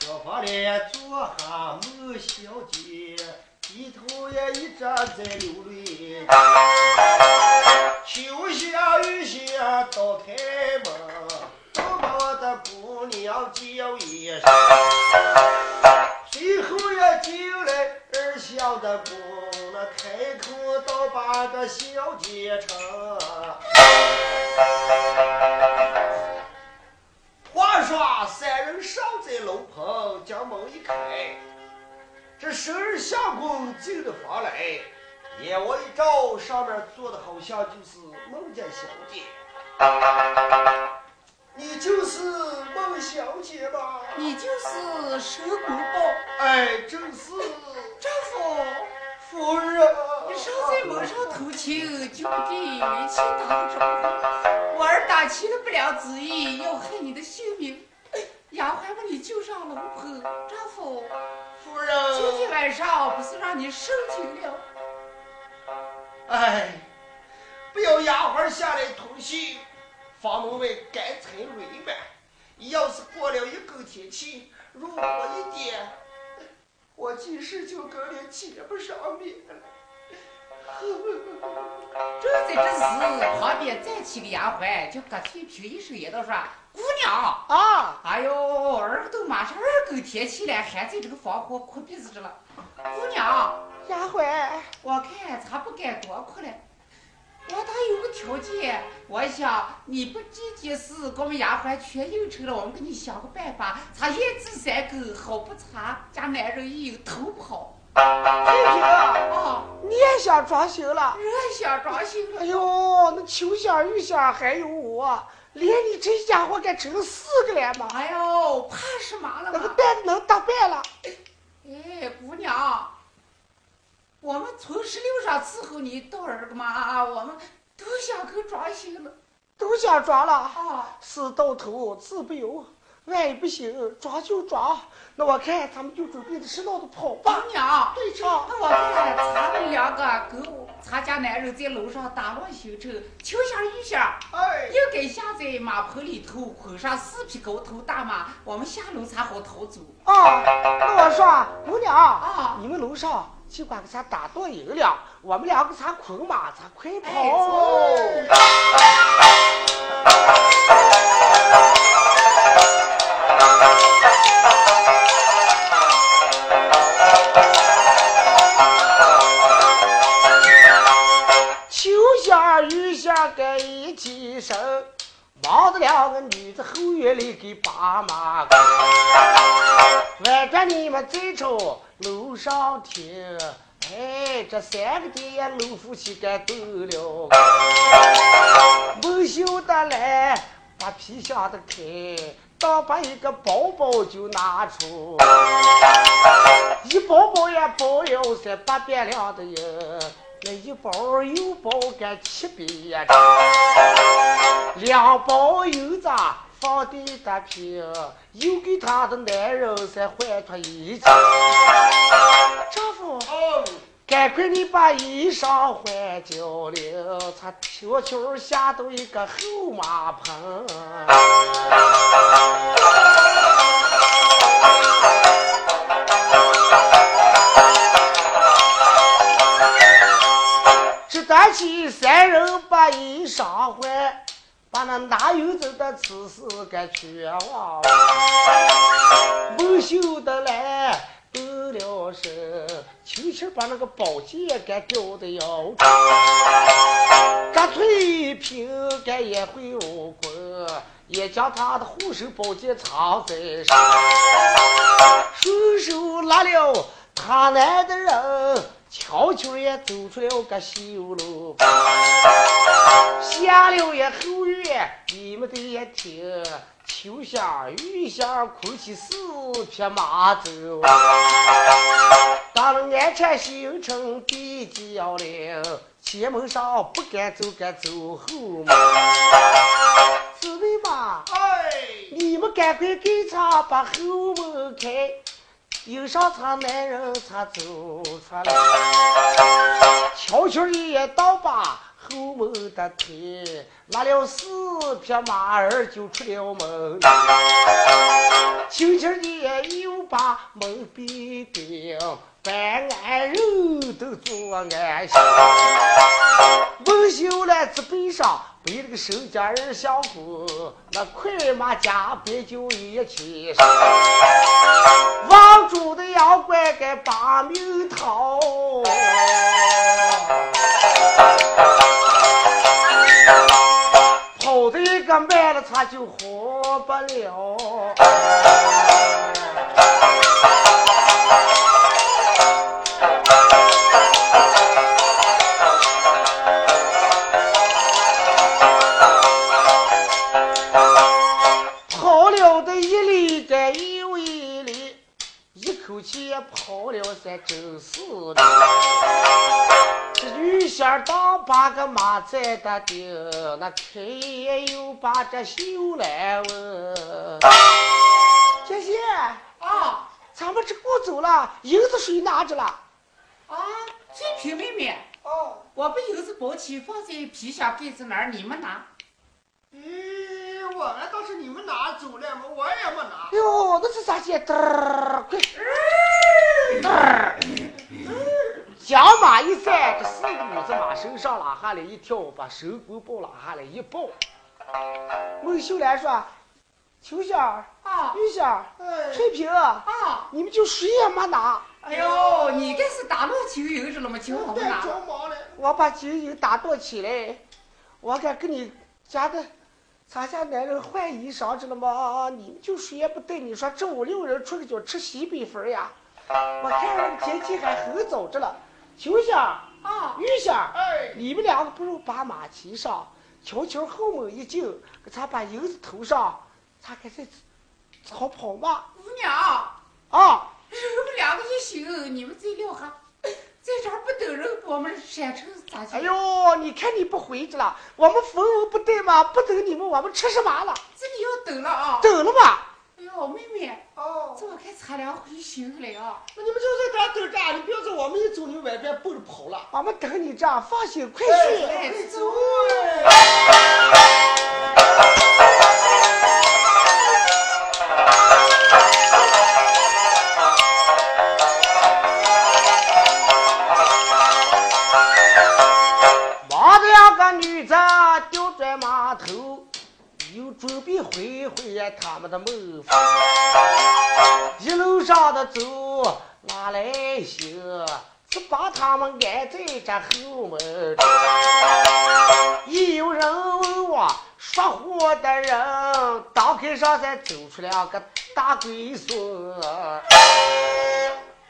[SPEAKER 2] 小房里坐哈孟小姐，低头也一直在流泪。秋下雨下到开门，等我的姑娘叫一声。随后也进来二小的姑那开口倒把这小姐称。话说三人上在楼棚，将门一开，这十二相公进了房来，眼我一照，上面坐的好像就是孟家小姐。你就是孟小姐吧？
[SPEAKER 3] 你就是蛇骨包
[SPEAKER 2] 哎，正是。
[SPEAKER 3] 丈夫，
[SPEAKER 2] 夫人，
[SPEAKER 3] 你受罪蒙受同情，就地元气当中。我儿打起了不良主意，要害你的性命，哎杨怀把你救上龙棚。丈夫，
[SPEAKER 2] 夫人，
[SPEAKER 3] 今天晚上不是让你受惊了？
[SPEAKER 2] 哎，不要丫鬟下来通信，房门外干脆围满。要是过了一更天气，如火一点，我今世就跟人结不上面了。
[SPEAKER 3] 正在这时，旁边站起个丫鬟，叫葛翠萍，一声也道说：“姑娘，
[SPEAKER 1] 啊，
[SPEAKER 3] 哎呦，儿都马上二更天气了，还在这个房火哭鼻子着了。姑娘，
[SPEAKER 1] 丫鬟，
[SPEAKER 3] 我看咱不该多哭了。我倒有个条件，我想你不这件事给我们丫鬟全应酬了，我们给你想个办法，咱一子三狗，好不查家男人一偷跑
[SPEAKER 1] 翠萍，
[SPEAKER 3] 啊，
[SPEAKER 1] 你也想装修了？
[SPEAKER 3] 人想装修了
[SPEAKER 1] 哎。呦，那秋香、玉香还有我，连你这家伙该成四个了嘛，
[SPEAKER 3] 哎呦，怕什么了
[SPEAKER 1] 那个
[SPEAKER 3] 嘛？
[SPEAKER 1] 蛋能打败了？
[SPEAKER 3] 哎，姑娘，我们从十六上伺候你到儿个嘛，我们都想够装修了
[SPEAKER 1] 都想装了，
[SPEAKER 3] 啊。
[SPEAKER 1] 事到头自不由，万一不行，装就装。那我看咱们就准备的适当的跑
[SPEAKER 3] 姑
[SPEAKER 1] 吧。
[SPEAKER 3] 娘，
[SPEAKER 1] 对
[SPEAKER 3] 那
[SPEAKER 1] 上，
[SPEAKER 3] 我看咱们两个跟我咱家男人在楼上打乱行程，秋香玉香
[SPEAKER 2] 哎，
[SPEAKER 3] 应该下在马棚里头捆上四匹高头大马，我们下楼才好逃走
[SPEAKER 1] 啊，那我说，姑娘，
[SPEAKER 3] 啊。
[SPEAKER 1] 你们楼上尽管给咱打断营了，我们俩给咱捆马，咱快跑。
[SPEAKER 3] 哎走
[SPEAKER 1] 秋香、雨香跟一起生，忙得两个女子后院里给把马跟。外边你们再瞅楼上听，哎，这三个爹老夫妻该斗了。没羞的来，把皮箱的开，当把一个包包就拿出。一包包也包了三八百两的银，那一包又包个七百呀，两包油子放的大瓶，又给他的男人才换脱一斤。丈夫，
[SPEAKER 2] 哦，
[SPEAKER 1] 赶快你把衣裳换交了，他悄悄下到一个后马棚。只担起三人把衣裳换，把那拿油子的此事给绝望了。没羞的来得了身，轻轻把那个宝剑给掉的腰斩。张翠萍该也会武功，也将他的护手宝剑藏在身，顺手拉了他来的人，悄悄也走出了个修楼。下了也后院，你们的也听，秋香、玉香哭起四匹马走。到了安全新城第几幺零，前门上不敢走，敢走后门。姊妹们，
[SPEAKER 2] 哎。
[SPEAKER 1] 你们赶快给他把后门开，迎上他男人他走出来。悄悄的一刀把后门的推，拉了四匹马儿就出了门。轻轻的又把门闭紧，办案人都做安心。孟秀来自背上背了个手家人相扶，那快马加鞭就一起上。王主的羊倌该把命逃。跑的一个慢了，他就活不了。跑了的一里赶又一里，一口气跑了三周四了。这女仙当把个马在的顶，那开也又把这秀来问。姐姐，
[SPEAKER 3] 啊
[SPEAKER 1] 咱们这过走了，银子谁拿着了？
[SPEAKER 3] 啊，翠萍妹妹，
[SPEAKER 2] 哦，
[SPEAKER 3] 我把银子包起放在皮箱盖子那儿，你们拿。
[SPEAKER 2] 咦，我那倒是你们拿走了嘛，我也没拿。
[SPEAKER 1] 哟，那是咋姐？嘚儿，快！嘚儿，将马一载，这四个母子马身上拉下来一跳，把手狗抱拉下来一抱。孟秀兰说：“秋仙儿、
[SPEAKER 3] 啊
[SPEAKER 1] 玉仙儿、
[SPEAKER 2] 哎，
[SPEAKER 1] 翠萍，
[SPEAKER 3] 啊！
[SPEAKER 1] 你们就谁也没拿，
[SPEAKER 3] 哎呦，你该是打落球油去了吗？球红
[SPEAKER 2] 太
[SPEAKER 3] 拿了。
[SPEAKER 2] 着忙了。
[SPEAKER 1] 我把金银打掇起来，我该跟你家的咱家男人换衣裳，知道吗？你们就谁也不带，你说这五六人出去就吃西北风呀？我看人天气还很早着了，秋仙儿、
[SPEAKER 3] 啊
[SPEAKER 1] 玉仙儿。”
[SPEAKER 2] 哎，
[SPEAKER 1] 你们两个不如把马骑上，瞧瞧后猛一进，给咱把油子头上，咱给这好跑嘛
[SPEAKER 3] 姑娘，
[SPEAKER 1] 啊！
[SPEAKER 3] 我们两个一宿，你们再聊哈，在 这儿不等人，我们闪城咋去？
[SPEAKER 1] 哎，呦，你看你不回去了，我们逢文不对嘛，不等你们，我们吃什么了？
[SPEAKER 3] 这里要等了啊！
[SPEAKER 1] 等了吧？
[SPEAKER 3] 哎呦，妹妹，
[SPEAKER 2] 哦，
[SPEAKER 3] 这我看咱俩回宿了啊！
[SPEAKER 2] 那你们就在这儿等着啊，你不要走，我们一走，你们外边蹦着跑了。
[SPEAKER 1] 我们等你这样，放心，快去。
[SPEAKER 2] 哎，快走哎！
[SPEAKER 1] 忙着两个女子吊转码头，又准备回回他们的门房。一路上的走哪来行？只把他们按在这后门中。一有人问我说话的人，当街上再走出两个大龟孙，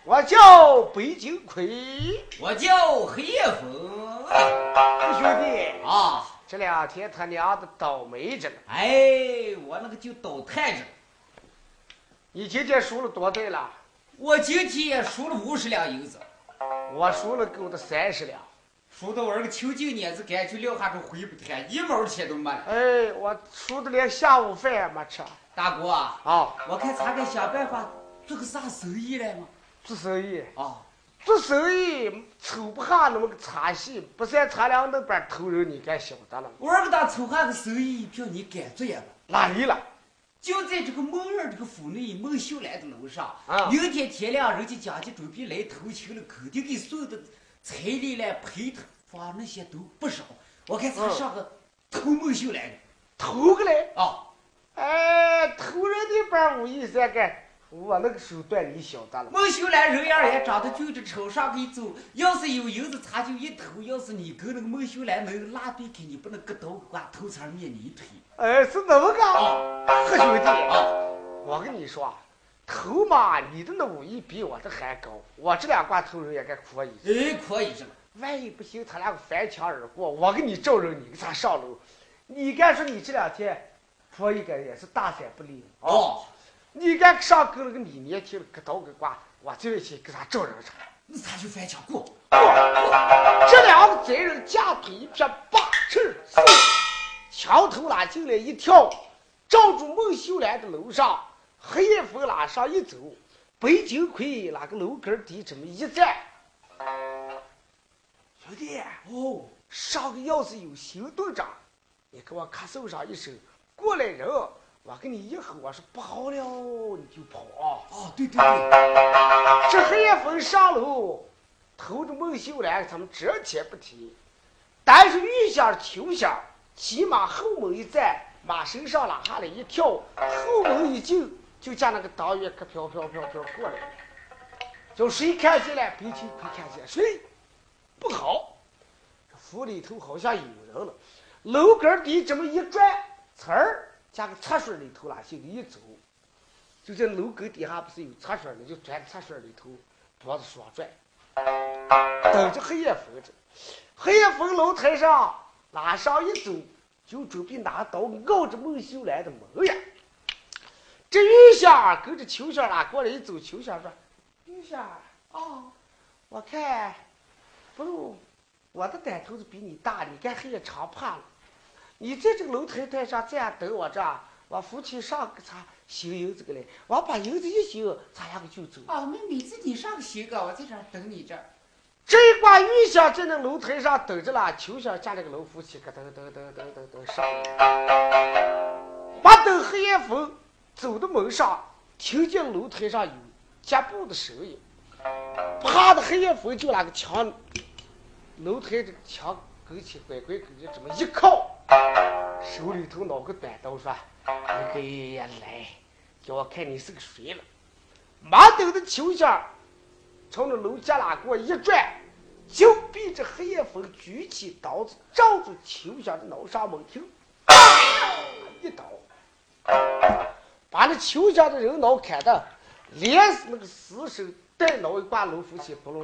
[SPEAKER 1] 我叫北京魁，
[SPEAKER 3] 我叫黑夜风
[SPEAKER 1] 哎兄弟。
[SPEAKER 3] 啊！
[SPEAKER 1] 这两天他娘的倒霉着呢。
[SPEAKER 3] 哎，我那个就倒汰着。
[SPEAKER 1] 你今天输了多对了？
[SPEAKER 3] 我今天输了五十两银子，
[SPEAKER 1] 我输了够的三十两。
[SPEAKER 3] 输到我那个囚禁撵子感觉撂下都回不开，一毛钱都没了。
[SPEAKER 1] 哎，我输的连下午饭也没吃。
[SPEAKER 3] 大哥啊，
[SPEAKER 1] 啊，
[SPEAKER 3] 我看咱该想办法做个啥生意来嘛？
[SPEAKER 1] 做生意，
[SPEAKER 3] 啊，
[SPEAKER 1] 做生意瞅不下那么个差戏，不在咱俩那边头人，你该晓得了吗？
[SPEAKER 3] 我二个大筹划个生意，叫你敢做呀吧？
[SPEAKER 1] 哪里了？
[SPEAKER 3] 就在这个孟二这个府内孟秀兰的楼上，
[SPEAKER 1] 啊
[SPEAKER 3] 明天天亮人家蒋家准备来投亲了，肯定给送的彩礼来陪他房那些都不少。我看咱
[SPEAKER 1] 嗯
[SPEAKER 3] 上个投孟秀兰的
[SPEAKER 1] 投个来？
[SPEAKER 3] 啊，
[SPEAKER 1] 哎，投人那边武艺三干，我那个手段你晓得了吗？
[SPEAKER 3] 孟秀兰人样也长得俊着，朝上给走。要是有银子，咱就一投；要是你跟那个孟秀兰能拉对开，你不能割刀刮头茬灭你一腿
[SPEAKER 1] 哎，是那么个。
[SPEAKER 3] 啊
[SPEAKER 1] 呵，兄弟，
[SPEAKER 3] 啊！
[SPEAKER 1] 我跟你说，头嘛，你的那武艺比我的还高，我这两挂头人也该可以。
[SPEAKER 3] 哎，可以是吧？
[SPEAKER 1] 万一不行，他俩翻墙而过，我给你照着你，给他上楼。你该说你这两天，婆应该也是大三不利啊、
[SPEAKER 3] 哦，
[SPEAKER 1] 你该上跟那个李年去了，个刀个刮，我这回去给他照人上。
[SPEAKER 3] 那咱就翻墙过。
[SPEAKER 1] 这两个贼人架腿一片，把翅嗖，墙头拉进来一跳，照住孟秀兰的楼上，黑夜风拉上一走，北京魁哪个楼根儿底这么一站，兄弟。
[SPEAKER 3] 哦，
[SPEAKER 1] 上个要是有行动长，你给我咳嗽上一声，过来人，我给你一吼，我说不好了，你就跑。
[SPEAKER 3] 哦，对对对，
[SPEAKER 1] 这黑夜风上楼，头着孟秀兰，咱们这且不提，但是玉香、秋香骑马后门一站，马身上拉下来一跳，后门一进，就见那个党员可飘飘飘飘过来了。叫谁看见了？别去，没看见，谁不好。这府里头好像有人了，楼根儿底这么一转，呲儿加个厕所里头了，就一走，就在楼根底下不是有厕所呢，就钻厕所里头，脖子双拽，等着黑夜风着。黑夜风楼台上拉上一走，就准备拿刀咬着孟秀兰的门呀。这玉香儿跟着秋香儿俩过来一走，秋香儿说：“玉一下，
[SPEAKER 3] 哦，
[SPEAKER 1] 我看，不如我的胆头子比你大，你该黑也长怕了。你在这个楼台台上这样等我着，我扶起上个茶行银子个来，我把银子一行，咱两个就走。
[SPEAKER 3] 哦，那每次你上学个，我在这儿等你这儿。
[SPEAKER 1] 这一关玉香在那楼台上等着啦，秋香架那个楼扶起，咯噔噔噔噔噔噔上来。我等黑夜风走到门上，听见楼台上有脚步的声音，啪的黑夜风就那个墙楼台这个墙跟前乖乖跟前这么一靠，手里头拿个短刀说：“那个呀来，叫我看你是个谁了。”马等的秋香。朝着楼家那过一转，就逼着黑夜风举起刀子，照住秋香的脑上猛听，一刀，把那秋香的人脑砍的，连死那个死手带脑一挂楼浮起，扑隆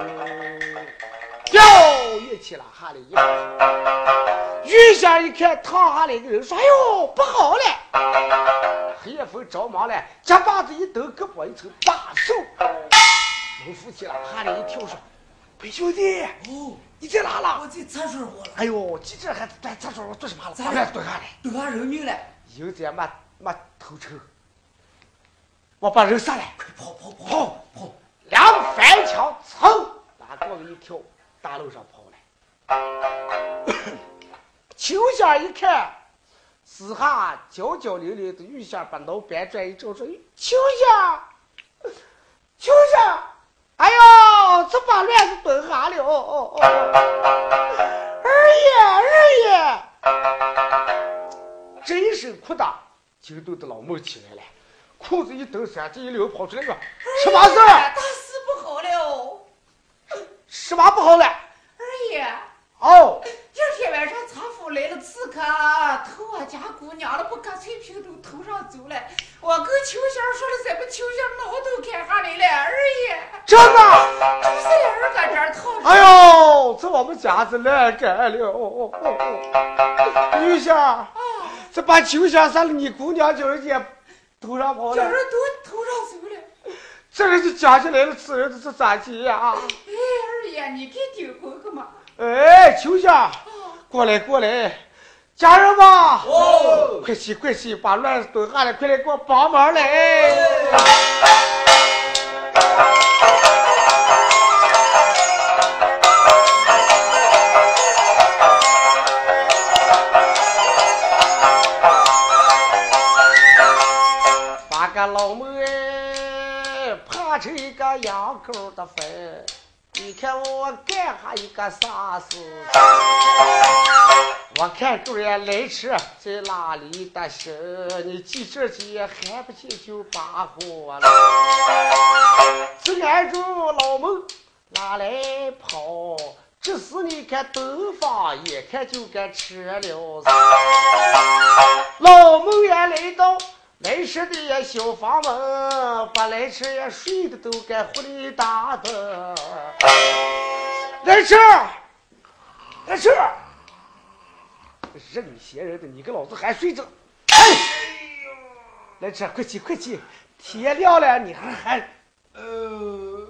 [SPEAKER 1] 掉跃起了哈里一把。玉香一看，躺下来一个人，说：“哎呦，不好嘞！”黑夜风着忙了，夹把子一抖，胳膊一抽，大手。我扶起了，哈里一跳说：“裴兄弟，
[SPEAKER 4] 哦，
[SPEAKER 1] 你在哪
[SPEAKER 4] 我
[SPEAKER 1] 了？
[SPEAKER 4] 这插水火了，
[SPEAKER 1] 哎呦，你这还在厕所做什么了？
[SPEAKER 4] 咱
[SPEAKER 1] 快来蹲下来！
[SPEAKER 4] 都怕人命了，
[SPEAKER 1] 有点没没头抽，我把人杀来，
[SPEAKER 4] 快跑跑跑
[SPEAKER 1] 跑
[SPEAKER 4] 跑！
[SPEAKER 1] 两翻墙，噌，拿过来一跳，大路上跑来。 秋香一看，四下焦焦溜溜的玉香把脑板转一照，说：秋香，秋香，哎呦，这把乱子蹲下了，哦哦哦，二爷二爷。这一声哭打，惊动的老孟起来了，裤子一蹬，三这一溜跑出来说：“什么事儿？啊
[SPEAKER 3] 哎大事不好了哦，
[SPEAKER 1] 什么不好了？
[SPEAKER 3] 二爷。
[SPEAKER 1] 哦，
[SPEAKER 3] 今天晚上茶府来了刺客，啊偷我家姑娘了，不干脆平头头上走了。我跟秋香说了，咱们秋香脑都砍下来了，哎二爷，
[SPEAKER 1] 真的？
[SPEAKER 3] 这是俩人搁这儿套着。
[SPEAKER 1] 哎呦，这我们家子烂干了！哦哦哦哦，玉香，
[SPEAKER 3] 啊
[SPEAKER 1] 这把秋香杀了你姑娘，叫人家头上跑
[SPEAKER 3] 叫
[SPEAKER 1] 了，
[SPEAKER 3] 人都头上走了。
[SPEAKER 1] 这个就讲起来了，此人这咋急呀？
[SPEAKER 3] 哎，二爷，你给顶回个嘛？
[SPEAKER 1] 哎，秋香，过来过来，家人吧。
[SPEAKER 4] 哦，
[SPEAKER 1] 快去快去，把乱蹲下来，快来给我帮忙来！把个老妹儿怕成一个羊羔的粪，你看我干哈一个啥事？我看主人来迟在哪里的事，你记这些还不去就把火了。这按住老孟哪来跑？这时你看东方一看就该吃了啥。老孟也来到来迟的也小房门，把来迟也睡的都该糊里打的。来迟，来迟。认闲人的，你跟老子还睡着？哎，来吃，快起，快起，天亮了，你还还
[SPEAKER 2] 呃，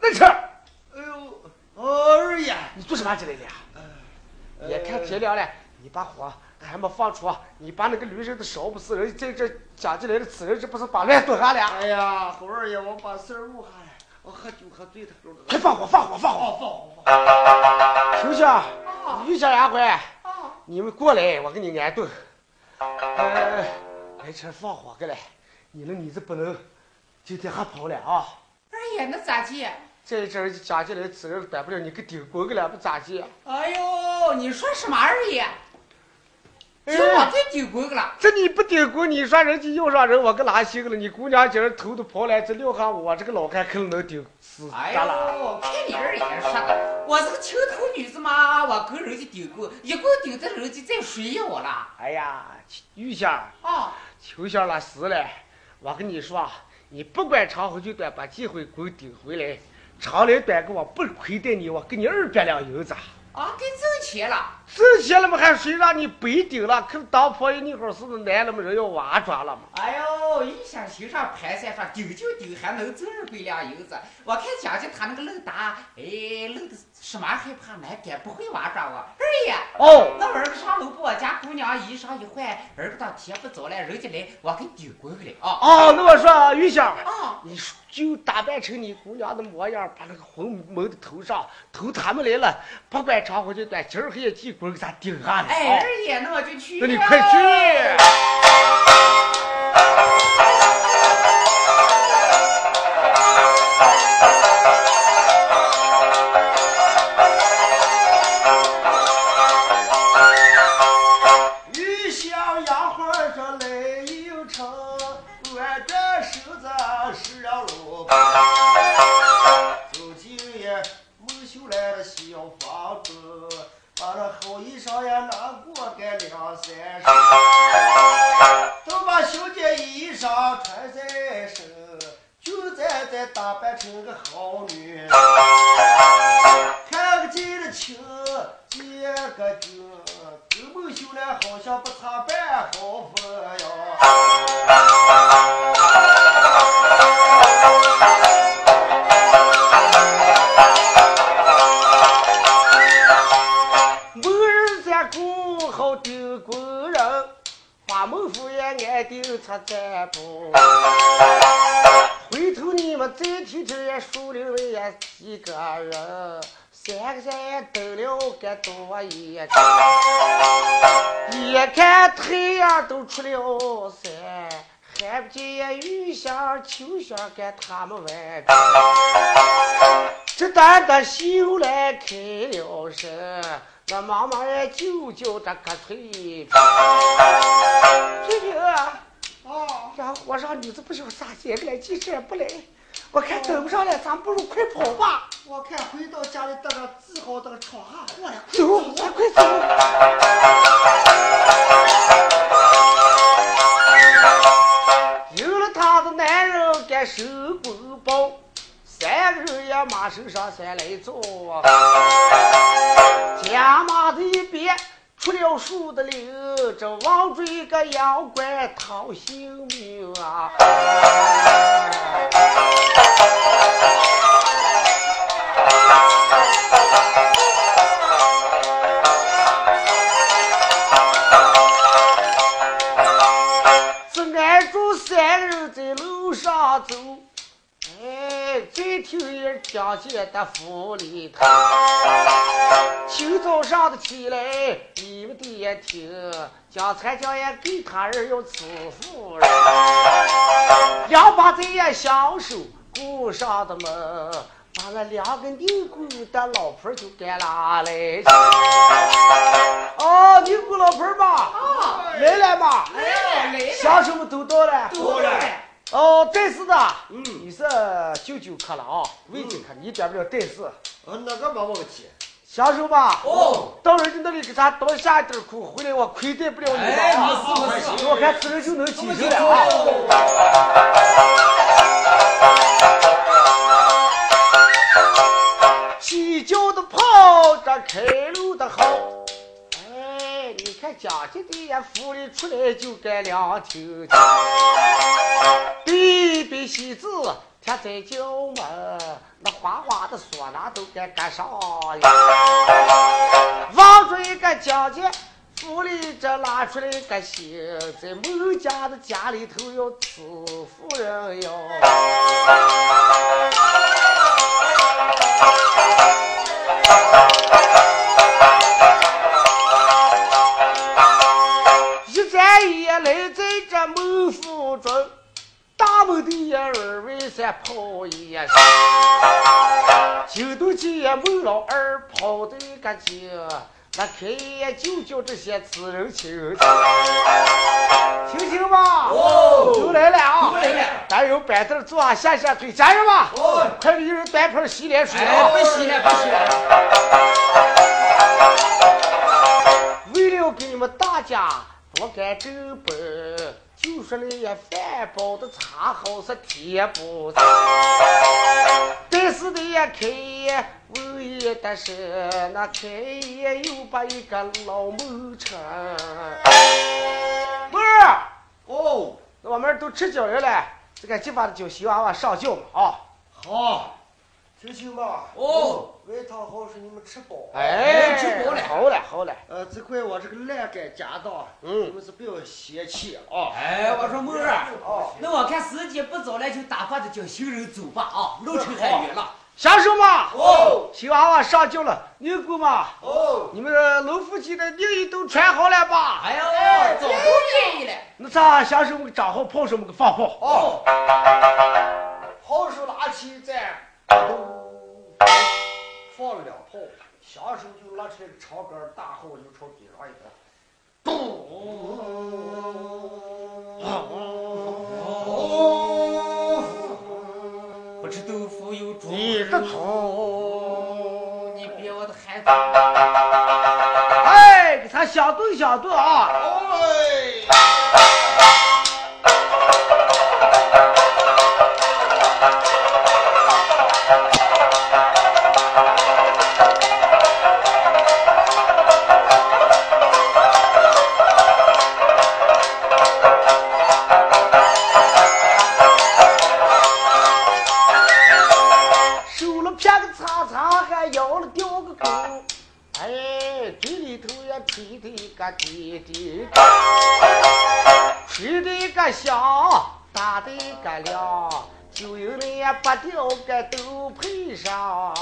[SPEAKER 1] 来吃？
[SPEAKER 2] 哎呦，哦二爷，
[SPEAKER 1] 你做什么之类的呀？
[SPEAKER 2] 呃
[SPEAKER 1] 也看天亮了，你把火还没放出，你把那个驴人的烧不死人，这这讲起来的，此人这不是把乱炖下啊了？
[SPEAKER 2] 哎呀，侯二爷，我把事儿误下来，我喝酒喝醉了，
[SPEAKER 1] 快放火，放火，放火！
[SPEAKER 2] 放放放放，
[SPEAKER 1] 秋香，
[SPEAKER 3] 啊
[SPEAKER 1] 你玉香丫鬟，
[SPEAKER 3] 啊，
[SPEAKER 1] 你们过来，我给你安顿。呃，来吃放火过来，你那你这不能，今天还跑了啊！
[SPEAKER 3] 二爷那咋地？
[SPEAKER 1] 这一阵儿讲起来，此人管不了你个顶锅个了，不咋地。啊
[SPEAKER 3] 哎呦，你说什么二爷？就我
[SPEAKER 1] 哎，
[SPEAKER 3] 这顶回个了。
[SPEAKER 1] 这你不顶锅，你说人家又让人，我个哪行了？你姑娘今儿头都跑来，这撂下我这个老汉可能顶死
[SPEAKER 3] 哎
[SPEAKER 1] 咱了。
[SPEAKER 3] 呦，看你二爷说的，我是个青头女子嘛，我跟人家顶过，一共顶着人家再水呀我了。
[SPEAKER 1] 哎呀，玉香，
[SPEAKER 3] 啊，
[SPEAKER 1] 秋香那死了，我跟你说，你不管长回就短，把机会给我顶回来。长来短给我不亏待你，我给你二百两银子。
[SPEAKER 3] 啊，给挣钱了。
[SPEAKER 1] 这些了嘛，还谁让你白顶了？可是当婆姨那会儿是不是男了嘛，人要娃抓了嘛？
[SPEAKER 3] 哎呦，一想心上盘算上丢就丢，还能挣回两银子。我看想起他那个愣达，哎，愣个什么害怕难干，不会玩转我。二爷，
[SPEAKER 1] 哦，
[SPEAKER 3] 哎那儿个上楼把我家姑娘衣裳一换，儿个当贴不着了，人家来我给丢过去了啊
[SPEAKER 1] 哦，那我说玉香，
[SPEAKER 3] 啊！
[SPEAKER 1] 你就打扮成你姑娘的模样，把那个魂蒙在头上，头他们来了，不管长回去短，今儿黑鸡骨给咱顶上了。
[SPEAKER 3] 哎，
[SPEAKER 1] 哦，
[SPEAKER 3] 二爷，那我就去。
[SPEAKER 1] 那你快。去。
[SPEAKER 2] 玉香杨花这泪又成，我这手子是要萝卜。走进也梦秀来了小房子，把那好衣裳也拿过个两三十。都把小姐衣裳穿在身，就在这打扮成个好女人。看个见了情，见个景，周梦秀来好像不差半毫分呀。
[SPEAKER 1] 没人在顾好丢工人，花门夫也俺丢出战不。回头你们再听听也树林里也几个人，三个人也等了个多一个。一看太阳都出了山，还不见雨下秋下跟他们玩。这单单秀来开了声，那妈妈也就叫这个翠萍。翠萍啊，
[SPEAKER 2] 啊，
[SPEAKER 1] 然后我让女子不晓咋接个来，急事也不来，我看等不上了，咱不如快跑吧。
[SPEAKER 2] 我看回到家里，大家治好这个闯下祸了。
[SPEAKER 1] 走，咱快走。有了他的男人该手不包，三个人也马身上山来走啊。家马的一边出了树的柳，这王追个妖怪讨性命啊！是俺住三个人在楼上走，哎，最听人讲起的府里头。清早上的起来，你们的也听，将才将也给他人要欺负人。两把贼也小手顾上的门，把那两个尼姑的老婆就给拉来。哦，尼姑老婆嘛，
[SPEAKER 3] 啊，
[SPEAKER 1] 来了嘛，
[SPEAKER 3] 来了来了，
[SPEAKER 1] 乡亲们都到了。
[SPEAKER 3] 多了。
[SPEAKER 1] 哦，这是的，
[SPEAKER 2] 嗯
[SPEAKER 1] 你是舅舅客了啊，
[SPEAKER 4] 嗯
[SPEAKER 1] 未进客，你点不了这事。
[SPEAKER 2] 呃，那个没问题。
[SPEAKER 1] 享受吧，
[SPEAKER 4] 哦，
[SPEAKER 1] 到人家那里给咱多下一点苦，回来我亏待不了你
[SPEAKER 4] 哎，
[SPEAKER 1] 了
[SPEAKER 4] 没
[SPEAKER 1] 啊。
[SPEAKER 4] 事没事。
[SPEAKER 1] 我看此人就能
[SPEAKER 4] 我
[SPEAKER 1] 接
[SPEAKER 4] 们
[SPEAKER 1] 受
[SPEAKER 4] 就
[SPEAKER 1] 了啊。
[SPEAKER 4] 走。
[SPEAKER 1] 西郊的炮，这开路的好。哎，你看蒋家的呀，府里出来就该两听。对对喜字贴在角门，那花花的唢呐都该赶上呀。望着一个蒋家。府里这拉出来个星，在某家的家里头要欺负人哟。一站一来在这门府中，大门的也二位三跑一下，九头鸡也门老二跑的个精，那开也就叫这些此人亲，听听吧，
[SPEAKER 4] 哦
[SPEAKER 1] 都来了啊，
[SPEAKER 4] 都来了
[SPEAKER 1] 咱有板凳坐，下下腿，加油吧，
[SPEAKER 4] 哦
[SPEAKER 1] 快点，一人端盆洗脸水啊
[SPEAKER 4] 哎，不洗了，不洗了。
[SPEAKER 1] 为了给你们大家多干正本，就就说了呀，饭饱的茶好是填不上，但是的呀，开业我也的是那开业又把一个老母成。不是。
[SPEAKER 2] 哦，
[SPEAKER 1] 那我们都吃饺子了，这个就把酒席娃娃上酒嘛啊！
[SPEAKER 2] 好，执行吧。
[SPEAKER 4] 哦，
[SPEAKER 2] 外套好使你们吃饱。
[SPEAKER 1] 哎，
[SPEAKER 4] 吃饱了
[SPEAKER 1] 好了，好了，
[SPEAKER 2] 呃，这块我这个烂杆夹道，啊你
[SPEAKER 1] 嗯，
[SPEAKER 2] 们是不要嫌弃啊。
[SPEAKER 4] 哎，我说妹儿啊，
[SPEAKER 2] 哦，
[SPEAKER 4] 那我看时间不早了，就打发着叫新人走吧啊，路程还远了。
[SPEAKER 1] 享受嘛！
[SPEAKER 2] 哦，
[SPEAKER 1] 席娃娃上酒了，牛姑嘛，
[SPEAKER 2] 哦，
[SPEAKER 1] 你们楼夫妻的内衣都穿好了吧？
[SPEAKER 4] 哎呀，早不愿意了。
[SPEAKER 1] 那咱享受么个长好，炮什么个放炮。
[SPEAKER 2] 哦，好手拿起在，放了两炮，下手就拿出来个长杆儿大号，就朝地上一个，咚！
[SPEAKER 4] 不吃豆腐有猪，
[SPEAKER 2] 嗯
[SPEAKER 1] 你这从，
[SPEAKER 4] 你别我的孩子。
[SPEAKER 1] 哎，给他想顿想顿啊！
[SPEAKER 2] 哎，
[SPEAKER 1] 手了撇个叉叉，还摇了吊个弓，哎，嘴里头也吹的个滴滴，吹的个响，打的个亮，酒有人也把吊个都配上。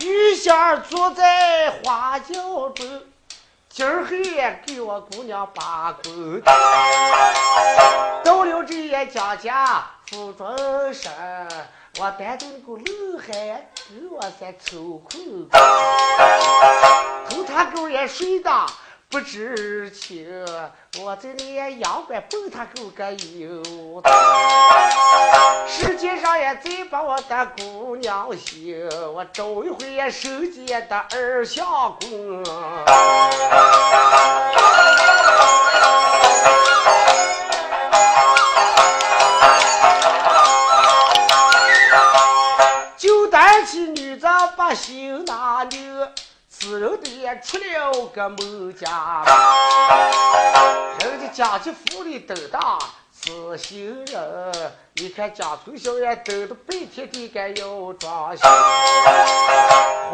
[SPEAKER 1] 玉仙儿坐在花轿中，今儿黑给我姑娘把棍。到了这一家家服装身，我担着那个刘海给我在抽空，头他狗也睡得不知情，我这里阳关蹦他狗个油。世界上也再把我的姑娘寻，我找一回也手机的二相公。就担起女子把心拿扭，此人的也出了个某家门，人家家家府里都大是新人，你看家从小也等的白天地该要装修，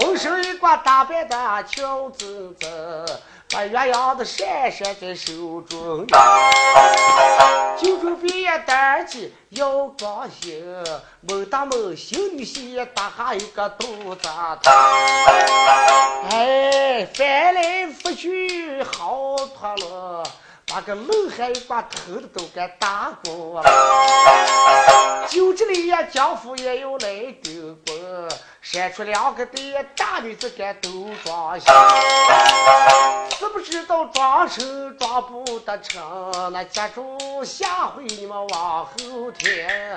[SPEAKER 1] 红手一挂打扮的俏真真，把鸳鸯的扇扇在手中。就准备呀，担起要装修，某大某小女婿也打下一个肚子疼。哎，翻来覆去好脱了，把个楼还一把头的都给打过了。就这里呀，江府也有来丢过，闪出两个的呀大女子给都装修。知不知道装成装不得成？那家住下回你们往后填。